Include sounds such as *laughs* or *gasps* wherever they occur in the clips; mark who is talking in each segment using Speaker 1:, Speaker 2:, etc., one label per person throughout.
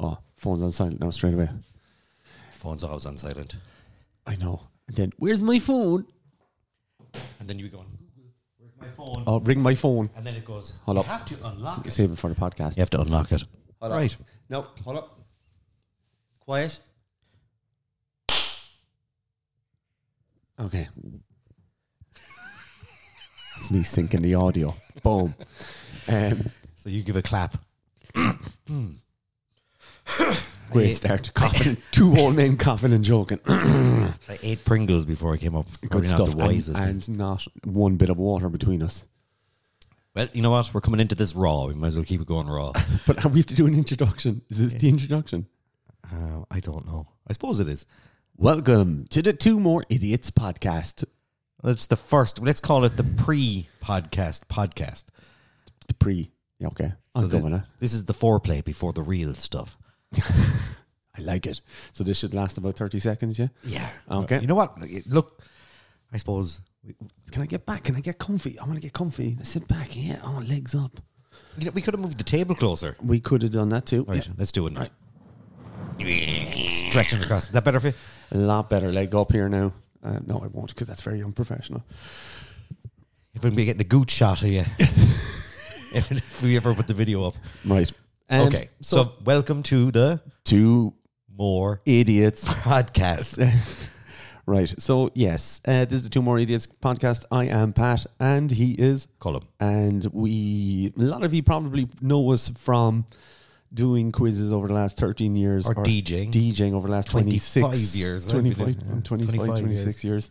Speaker 1: oh, phone's on silent now straight away.
Speaker 2: Phones are always on silent.
Speaker 1: I know. And then, where's my phone?
Speaker 2: And then you go on Google, where's my phone?
Speaker 1: Oh, ring my phone.
Speaker 2: And then it goes,
Speaker 1: Hold
Speaker 2: you
Speaker 1: up.
Speaker 2: have to unlock it.
Speaker 1: Ah. Save it for the podcast.
Speaker 2: You have to unlock it.
Speaker 1: Hold
Speaker 2: Right.
Speaker 1: Up. No, hold up. Quiet. Okay. *laughs* That's me syncing the audio. Boom. Um,
Speaker 2: So you give a clap.
Speaker 1: great *laughs* start. Coughing. Two old men coughing and joking.
Speaker 2: I ate Pringles before I came up. Probably
Speaker 1: Good
Speaker 2: not
Speaker 1: stuff.
Speaker 2: the wisest
Speaker 1: and,
Speaker 2: thing.
Speaker 1: and not one bit of water between us.
Speaker 2: Well, you know what? We're coming into this raw. We might as well keep it going raw.
Speaker 1: But *laughs* we have to do an introduction. Is this the introduction?
Speaker 2: *laughs* um, I don't know. I suppose it is.
Speaker 1: Welcome to the Two More Idiots podcast.
Speaker 2: That's the first. Let's call it the pre-podcast podcast.
Speaker 1: The pre. Yeah, okay. I'm
Speaker 2: So
Speaker 1: going
Speaker 2: thi-
Speaker 1: with it.
Speaker 2: This is the foreplay before the real stuff.
Speaker 1: I like it. So this should last about 30 seconds, yeah?
Speaker 2: Yeah.
Speaker 1: Okay.
Speaker 2: Uh, You know what? Like, it- Look, I suppose. We,
Speaker 1: Can I get back? Can I get comfy? I want to get comfy. Let's sit back. Yeah. Oh, legs up.
Speaker 2: you know, we could have moved the table closer.
Speaker 1: We could have done that too.
Speaker 2: Right. Let's do it now. Stretching across. Is that better for you?
Speaker 1: Yeah. A lot better. Leg up here now. Uh, no, I won't because that's very unprofessional.
Speaker 2: If we getting a good shot of you. *laughs* if, if we ever put the video up.
Speaker 1: Right. And
Speaker 2: Okay. So, welcome to the
Speaker 1: two
Speaker 2: More
Speaker 1: idiots.
Speaker 2: Podcast.
Speaker 1: right. So yes, uh, this is the Two More Idiots podcast. I am Pat, and he is
Speaker 2: Column.
Speaker 1: and we a lot of you probably know us from doing quizzes over the last 13 years
Speaker 2: Or DJing.
Speaker 1: DJing over the last 26
Speaker 2: 25 Mm. years, I've been
Speaker 1: 25,
Speaker 2: doing- yeah,
Speaker 1: 25,
Speaker 2: 25
Speaker 1: 26 years.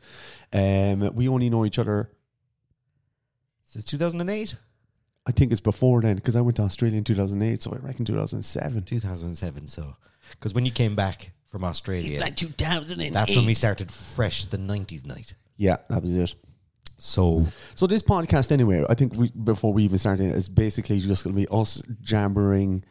Speaker 1: Um, we only know each other
Speaker 2: Since 2008?
Speaker 1: I think it's before then because I went to Australia in 2008 so I reckon 2007
Speaker 2: 2007. So, because when you came back from Australia,
Speaker 3: like 2008.
Speaker 2: that's when we started fresh the 90s night.
Speaker 1: yeah that was it
Speaker 2: So,
Speaker 1: so this podcast anyway I think we before we even started it's basically just going to be us jabbering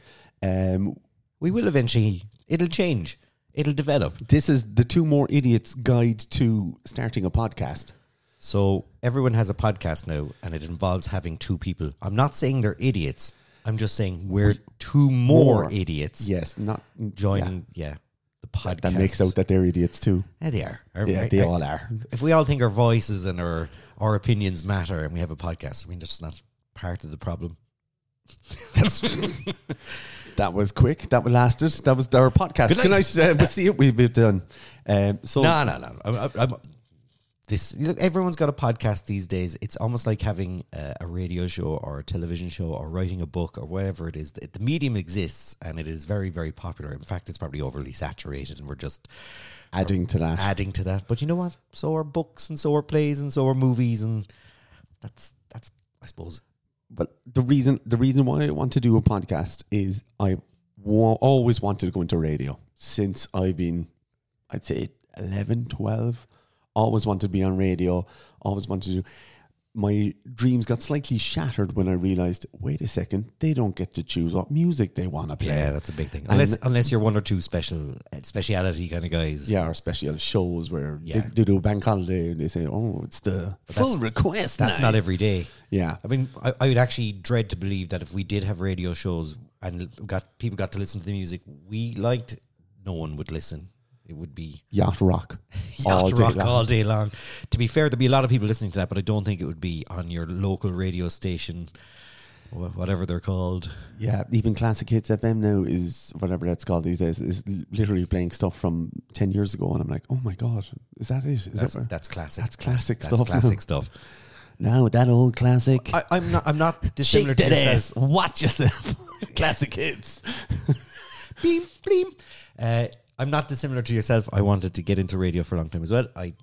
Speaker 1: um,
Speaker 2: we will eventually, it'll change, it'll develop.
Speaker 1: this is the two more idiots guide to starting a podcast
Speaker 2: So, everyone has a podcast now, and it involves having two people. I'm not saying they're idiots, I'm just saying we're two more,
Speaker 1: More.
Speaker 2: idiots
Speaker 1: yes not
Speaker 2: joining, yeah. the podcast.
Speaker 1: that makes out that they're idiots too.
Speaker 2: Yeah, they are. I-
Speaker 1: Yeah,
Speaker 2: I-
Speaker 1: they
Speaker 2: I-
Speaker 1: all are.
Speaker 2: if we all think our voices and our our opinions matter and we have a podcast, I mean that's not part of the problem. *laughs* that's
Speaker 1: That was quick. That was lasted. That was our podcast.
Speaker 2: Good
Speaker 1: Can I
Speaker 2: night.
Speaker 1: uh, we'll see it? We've done. Um, so
Speaker 2: no, no, no. I'm, I'm- I'm- this you look, everyone's got a podcast these days. It's almost like having a, a radio show or a television show or writing a book or whatever it is. The, the medium exists and it is very, very popular. In fact, it's probably overly saturated, and we're just
Speaker 1: adding to that,
Speaker 2: adding to that. But you know what? So are books, and so are plays, and so are movies, and that's that's I suppose
Speaker 1: but the reason the reason why I want to do a podcast is I wa- always wanted to go into radio since I've been, I'd say 11, 12. Always wanted to be on radio. Always wanted to do. My dreams got slightly shattered when I realized, wait a second, they don't get to choose what music they want to play.
Speaker 2: Yeah, that's a big thing. Unless unless you're one or two special uh, speciality kind of guys.
Speaker 1: yeah, or special shows where
Speaker 2: Yeah.
Speaker 1: they, they do a bank holiday and they say, "Oh, it's the full request."
Speaker 2: That's
Speaker 1: night."
Speaker 2: not every day.
Speaker 1: Yeah,
Speaker 2: I mean, I, I would actually dread to believe that if we did have radio shows and got people got to listen to the music we liked, no one would listen. It would
Speaker 1: *laughs*
Speaker 2: be
Speaker 1: yacht
Speaker 2: *laughs*
Speaker 1: rock,
Speaker 2: all
Speaker 1: day
Speaker 2: rock
Speaker 1: long.
Speaker 2: all day long. To be fair, there'd be a lot of people listening to that, but I don't think it would be on your local radio station, wha- whatever they're called.
Speaker 1: Yeah, even classic hits FM now is whatever that's called these days is l- literally playing stuff from ten years ago, and I'm like, "Oh my god, is that it? Is
Speaker 2: That's,
Speaker 1: that where-
Speaker 2: that's classic.
Speaker 1: that's classic
Speaker 2: That's
Speaker 1: stuff now.
Speaker 2: classic stuff.
Speaker 1: *laughs* no that old classic?"
Speaker 2: I, I'm not. I'm not dissimilar to yourself.
Speaker 1: watch yourself. *laughs* classic hits.
Speaker 2: bleem, bleem. Uh, I'm not dissimilar to yourself. I wanted to get into radio for a long time as well. I,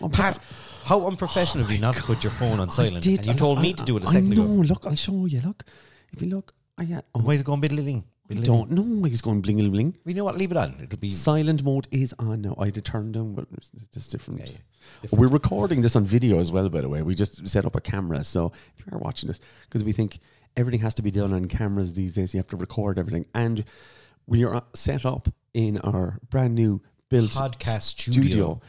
Speaker 2: uh, Pat, how unprofessional of
Speaker 1: Oh
Speaker 2: you not to put your phone on silent. and you told me to do it a second
Speaker 1: I know.
Speaker 2: ago.
Speaker 1: Look, I'll show you. Look, if you look, I, yeah, oh,
Speaker 2: Why is it going biddling?
Speaker 1: I don't know why he's going bling bling.
Speaker 2: We know what. Leave it on. It'll be.
Speaker 1: Silent mode is on now. I had to turn down, but it's it's different. We're recording this on video as well, by the way. We just set up a camera. So if you are watching this, because we think everything has to be done on cameras these days, you have to record everything. And we are set up in our brand new built
Speaker 2: Podcast
Speaker 1: studio.
Speaker 2: studio.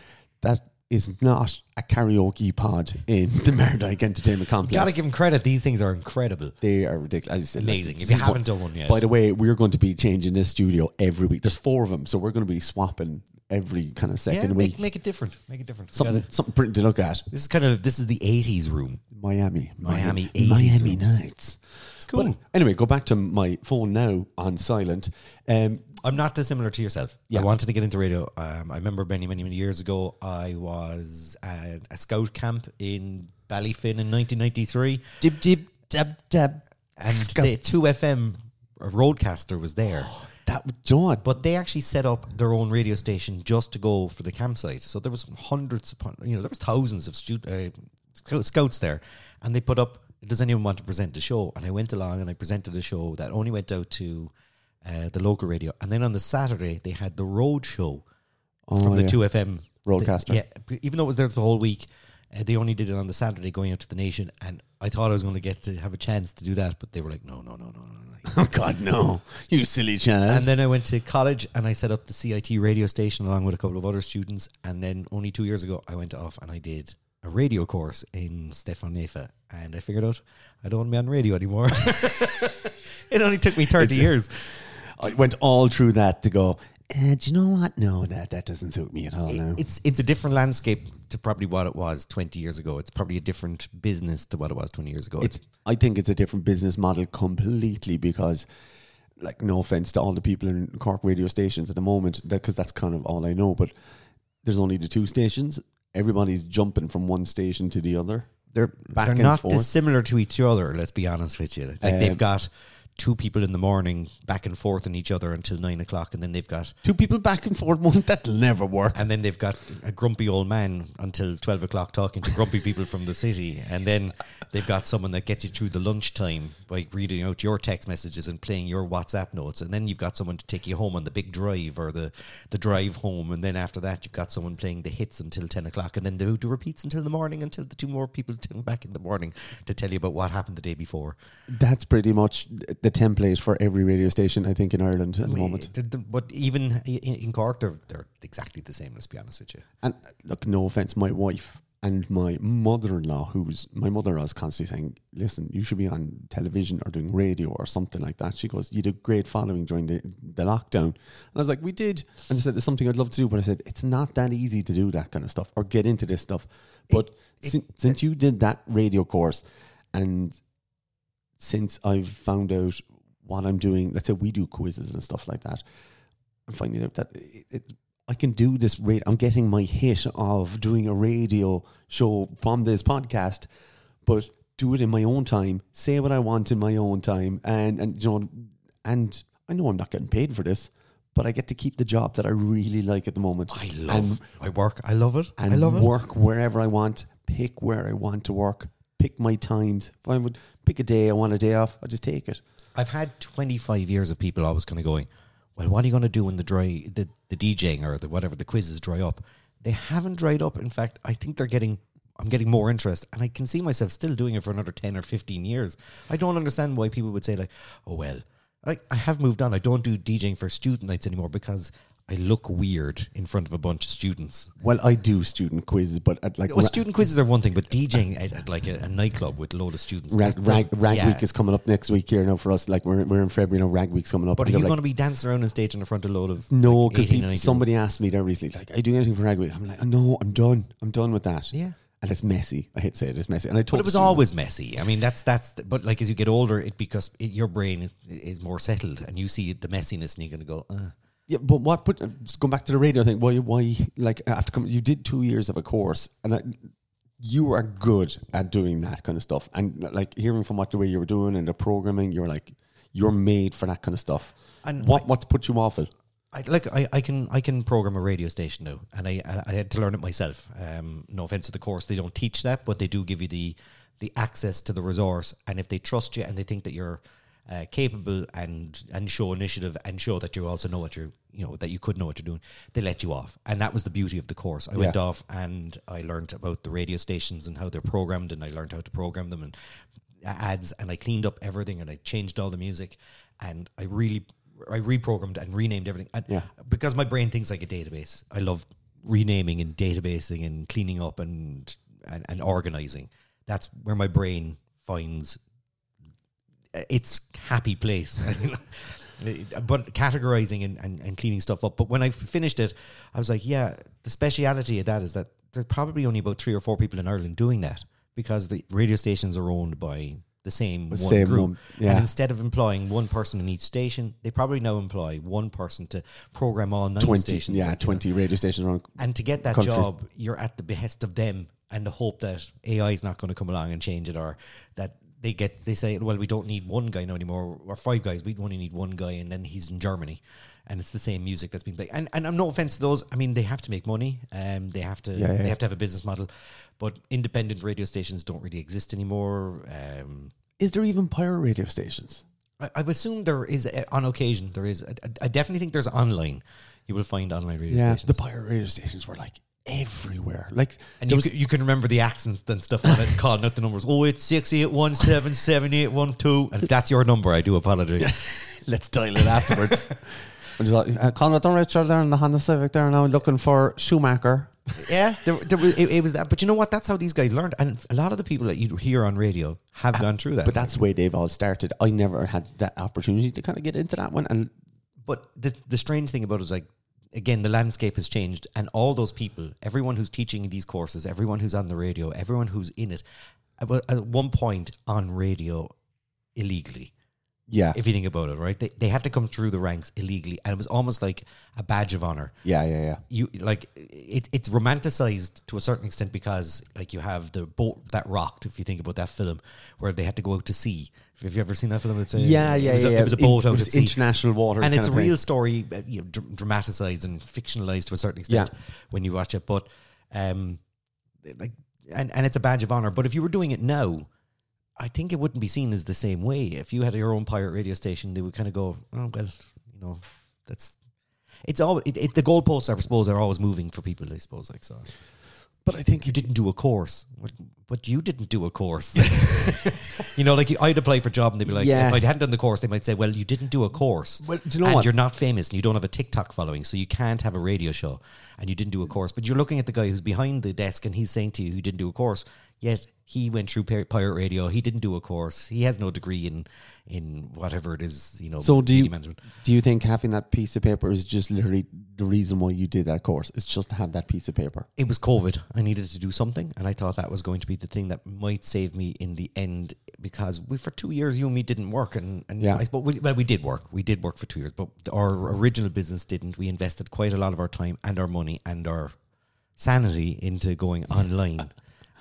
Speaker 1: That is not a karaoke pod in *laughs* the Meredike Entertainment Complex.
Speaker 2: Gotta give them credit. These things are incredible.
Speaker 1: they are ridiculous. As I said, like,
Speaker 2: Amazing.
Speaker 1: this
Speaker 2: If you
Speaker 1: is what-
Speaker 2: haven't done one yet.
Speaker 1: By the way, we're going to be changing this studio every week. There's four of them, so we're going to be swapping every kind of
Speaker 2: yeah,
Speaker 1: second week.
Speaker 2: make, make it different. Make it different. We
Speaker 1: something,
Speaker 2: gotta-
Speaker 1: something pretty to look at.
Speaker 2: This is kind of this is the '80s room.
Speaker 1: Miami,
Speaker 2: Miami 80s
Speaker 1: Miami
Speaker 2: room.
Speaker 1: nights. It's
Speaker 2: cool.
Speaker 1: anyway, go back to my phone now on silent. Um,
Speaker 2: I'm not dissimilar to yourself.
Speaker 1: Yeah.
Speaker 2: I wanted to get into radio. Um, I remember many, many, many years ago, I was at a scout camp in Ballyfin in 1993,
Speaker 1: dib dib dab dab.
Speaker 2: and the
Speaker 1: Scouts.
Speaker 2: 2FM roadcaster was there.
Speaker 1: That would do it.
Speaker 2: But they actually set up their own radio station just to go for the campsite. So there was hundreds upon, you know, there was thousands of stu- uh, scout- scouts there, and they put up, "Does anyone want to present the show?" And I went along and I presented a show that only went out to uh, the local radio. And then on the Saturday they had the road show from
Speaker 1: Oh,
Speaker 2: the
Speaker 1: yeah.
Speaker 2: two FM
Speaker 1: Roadcaster.
Speaker 2: yeah, b- even though it was there for the whole week, uh, they only did it on the Saturday going out to the nation. And I thought I was going to get to have a chance to do that, but they were like, "No, no, no, no, no, no."
Speaker 1: *laughs* Oh God, no! You silly child.
Speaker 2: And then I went to college and I set up the CIT radio station along with a couple of other students. And then only two years ago, I went off and I did a radio course in Stefan Nefa. And I figured out I don't want to be on radio anymore. *laughs* it only took me 30 years.
Speaker 1: I went all through that to go. Uh, do you know what? No, that that doesn't suit me at all. now.
Speaker 2: It's, it's a different landscape to probably what it was 20 years ago. It's probably a different business to what it was 20 years ago. It's,
Speaker 1: I think it's a different business model completely because, like, no offense to all the people in Cork radio stations at the moment, because that's kind of all I know. But there's only the two stations. Everybody's jumping from one station to the other. They're back
Speaker 2: they're
Speaker 1: and
Speaker 2: not
Speaker 1: forth. Um,
Speaker 2: dissimilar to each other, let's be honest with you. Like they've got two people in the morning back and forth on each other until nine o'clock. And then they've got
Speaker 1: two people back and forth. *laughs* One that'll never work.
Speaker 2: and then they've got a grumpy old man until 12 o'clock talking to grumpy people from the city and then they've got someone that gets you through the lunchtime by reading out your text messages and playing your whatsapp notes and then you've got someone to take you home on the big drive or the, the drive home and then after that you've got someone playing the hits until 10 o'clock and then they do repeats until the morning until the two more people *laughs* turn back in the morning to tell you about what happened the day before
Speaker 1: That's pretty much the template for every radio station I think in Ireland at the moment.
Speaker 2: The- the- but even i- in, in cork they're, they're exactly the same let's be honest with you
Speaker 1: And uh, look, no offense, my wife and my mother-in-law, who's my mother-in-law, is constantly saying, "Listen, you should be on television or doing radio or something like that." She goes, "You did a great following during the, the lockdown," and I was like, "We did." And I said, "It's something I'd love to do," but I said, "It's not that easy to do that kind of stuff or get into this stuff." But sin- since you did that radio course, and since I've found out what I'm doing, let's say we do quizzes and stuff like that, I'm finding out that it, it, I can do this. Rate I'm getting my hit of doing a radio show from this podcast, but do it in my own time, say what I want in my own time, and and you know, and I know I'm not getting paid for this, but I get to keep the job that I really like at the moment.
Speaker 2: I love I work. I love it.
Speaker 1: and
Speaker 2: I love it.
Speaker 1: work wherever I want, pick where I want to work, pick my times. If I would pick a day, I want a day off, I just take it.
Speaker 2: I've had 25 years of people always kind of going, well, what are you going to do when the dry, the, the DJing or the whatever, the quizzes dry up? They haven't dried up. In fact, I think they're getting, I'm getting more interest and I can see myself still doing it for another 10 or 15 years. I don't understand why people would say like, oh, well, I, I have moved on. I don't do DJing for student nights anymore because I look weird in front of a bunch of students.
Speaker 1: Well, I do student quizzes, but at like
Speaker 2: Well, student quizzes are one thing, but DJing at, at like a, a nightclub with a load of students.
Speaker 1: Rag,
Speaker 2: that
Speaker 1: rag,
Speaker 2: does-
Speaker 1: rag
Speaker 2: yeah.
Speaker 1: week is coming up next week here now for us. Like we're, we're in February now. Rag week's coming up.
Speaker 2: But are
Speaker 1: and
Speaker 2: you
Speaker 1: they're
Speaker 2: going
Speaker 1: like,
Speaker 2: to be dancing around on stage in front of a load of
Speaker 1: no?
Speaker 2: like,
Speaker 1: Because
Speaker 2: 18, 19
Speaker 1: somebody asked me there recently, like, "Are you doing anything for Rag Week?" I'm like, oh, "No, I'm done. I'm done with that."
Speaker 2: Yeah.
Speaker 1: and it's messy. I hate to say it, it's messy. And I told
Speaker 2: But it was
Speaker 1: the student-
Speaker 2: always messy. I mean, that's that's. The, but like as you get older, it because it, your brain is more settled, and you see the messiness, and you're going to go. Uh.
Speaker 1: Yeah, but what? Put just going back to the radio thing. Why? Why? Like after coming, you did two years of a course, and I, you are good at doing that kind of stuff. And like hearing from what the way you were doing and the programming, you're like, you're made for that kind of stuff.
Speaker 2: And
Speaker 1: And what? what's put you off it?
Speaker 2: I, like I, I can I can program a radio station now, and I I, I had to learn it myself. Um, no offense to the course, they don't teach that, but they do give you the the access to the resource, and if they trust you and they think that you're uh, capable and and show initiative and show that you also know what you're you know that you could know what you're doing, they let you off, and that was the beauty of the course. I went
Speaker 1: Yeah.
Speaker 2: off and I learned about the radio stations and how they're programmed, and I learned how to program them and ads, and I cleaned up everything and I changed all the music, and I really I reprogrammed and renamed everything. And
Speaker 1: Yeah.
Speaker 2: because my brain thinks like a database. I love renaming and databasing and cleaning up and and, and organizing. That's where my brain finds its happy place. *laughs* but categorizing and, and, and cleaning stuff up. But when I finished it, I was like, yeah, the speciality of that is that there's probably only about three or four people in Ireland doing that because the radio stations are owned by the same one
Speaker 1: same
Speaker 2: group.
Speaker 1: one, yeah.
Speaker 2: And instead of employing one person in each station, they probably now employ one person to program all nine
Speaker 1: twenty,
Speaker 2: stations.
Speaker 1: yeah,
Speaker 2: like, you know.
Speaker 1: twenty radio stations around.
Speaker 2: And to get that
Speaker 1: country.
Speaker 2: job, you're at the behest of them and the hope that AI is not going to come along and change it or that they get they say, well, we don't need one guy now anymore or five guys. We only need one guy and then he's in Germany. And it's the same music that's been played. And, and I'm no offense to those. I mean, they have to make money. Um, they have to
Speaker 1: Yeah, yeah.
Speaker 2: they have to have a business model. But independent radio stations don't really exist anymore. Um,
Speaker 1: Is there even pirate radio stations?
Speaker 2: I, I would assume there is uh, on occasion there is. I, I- I definitely think there's online. You will find online radio
Speaker 1: Yeah,
Speaker 2: stations.
Speaker 1: the pirate radio stations were like everywhere. Like
Speaker 2: And
Speaker 1: there
Speaker 2: you,
Speaker 1: was
Speaker 2: c you can remember the accents and stuff on it, calling out the numbers. Oh, it's six eight one seven seven eight one two. And if that's your number, I do apologize.
Speaker 1: *laughs* Let's dial it
Speaker 2: *laughs*
Speaker 1: afterwards. I'm just like, uh, Conrad and Richard there in the Honda Civic there now looking for Schumacher.
Speaker 2: yeah, there, there was, it, it was that. But you know what? That's how these guys learned. And a lot of the people that you hear on radio have gone through that.
Speaker 1: But that's the way they've all started. I never had that opportunity to kind of get into that one. And
Speaker 2: but the the strange thing about it is like again the landscape has changed and all those people everyone who's teaching these courses everyone who's on the radio everyone who's in it at wa- at one point on radio illegally
Speaker 1: yeah,
Speaker 2: if you think about it right they, they had to come through the ranks illegally and it was almost like a badge of honor
Speaker 1: yeah, yeah, yeah.
Speaker 2: you like it, it's romanticized to a certain extent because like you have the boat that rocked if you think about that film where they had to go out to sea have you ever seen that film it's a, it was a, it was a boat
Speaker 1: it,
Speaker 2: out
Speaker 1: was
Speaker 2: at sea
Speaker 1: international waters,
Speaker 2: and it's a
Speaker 1: kind of thing.
Speaker 2: real story, uh, you know, dr- dramatized and fictionalized to a certain extent
Speaker 1: Yeah.
Speaker 2: when you watch it. But um, like, and and it's a badge of honor. But if you were doing it now, I think it wouldn't be seen as the same way. If you had your own pirate radio station, they would kind of go, oh well, you know, that's. It's all it, it, the goalposts, I suppose, are always moving for people. I suppose, like so.
Speaker 1: But I think
Speaker 2: You didn't do a course, but, but you didn't do a course. *laughs* you know, like you- I'd apply for a job and they'd be like,
Speaker 1: Yeah.
Speaker 2: if I hadn't done the course, they might say, well, you didn't do a course
Speaker 1: Well, do you know
Speaker 2: and
Speaker 1: what?
Speaker 2: you're not famous and you don't have a TikTok following, so you can't have a radio show and you didn't do a course. But you're looking at the guy who's behind the desk and he's saying to you, who didn't do a course, yet he went through Pir- pirate radio. He didn't do a course. He has no degree in in whatever it is, you know.
Speaker 1: So do
Speaker 2: media
Speaker 1: you-
Speaker 2: management.
Speaker 1: do you think having that piece of paper is just literally the reason why you did that course? It's just to have that piece of paper.
Speaker 2: It was COVID. I needed to do something, and I thought that was going to be the thing that might save me in the end. Because we, for two years, you and me didn't work, and, and
Speaker 1: Yeah.
Speaker 2: I suppose we, well, we did work. We did work for two years, but our original business didn't. We invested quite a lot of our time and our money and our sanity into going online,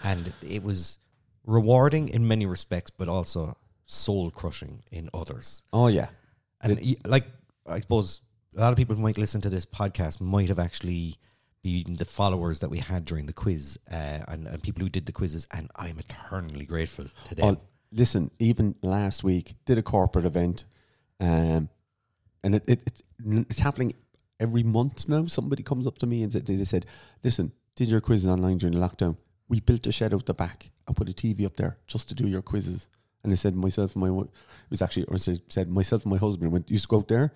Speaker 2: and it was rewarding in many respects, but also soul crushing in others.
Speaker 1: Oh yeah,
Speaker 2: And y like, I suppose a lot of people who might listen to this podcast might have actually been the followers that we had during the quiz uh, and, and people who did the quizzes. And I'm eternally grateful to them.
Speaker 1: Oh, listen, even last week did a corporate event, um, and it, it, it's it's happening every month now. Somebody comes up to me and said, they said, "Listen, did your quizzes online during the lockdown? We built a shed out the back and put a TV up there just to do your quizzes." And they said, myself and my wi- it was actually or said said, myself and my husband went. You just go out there.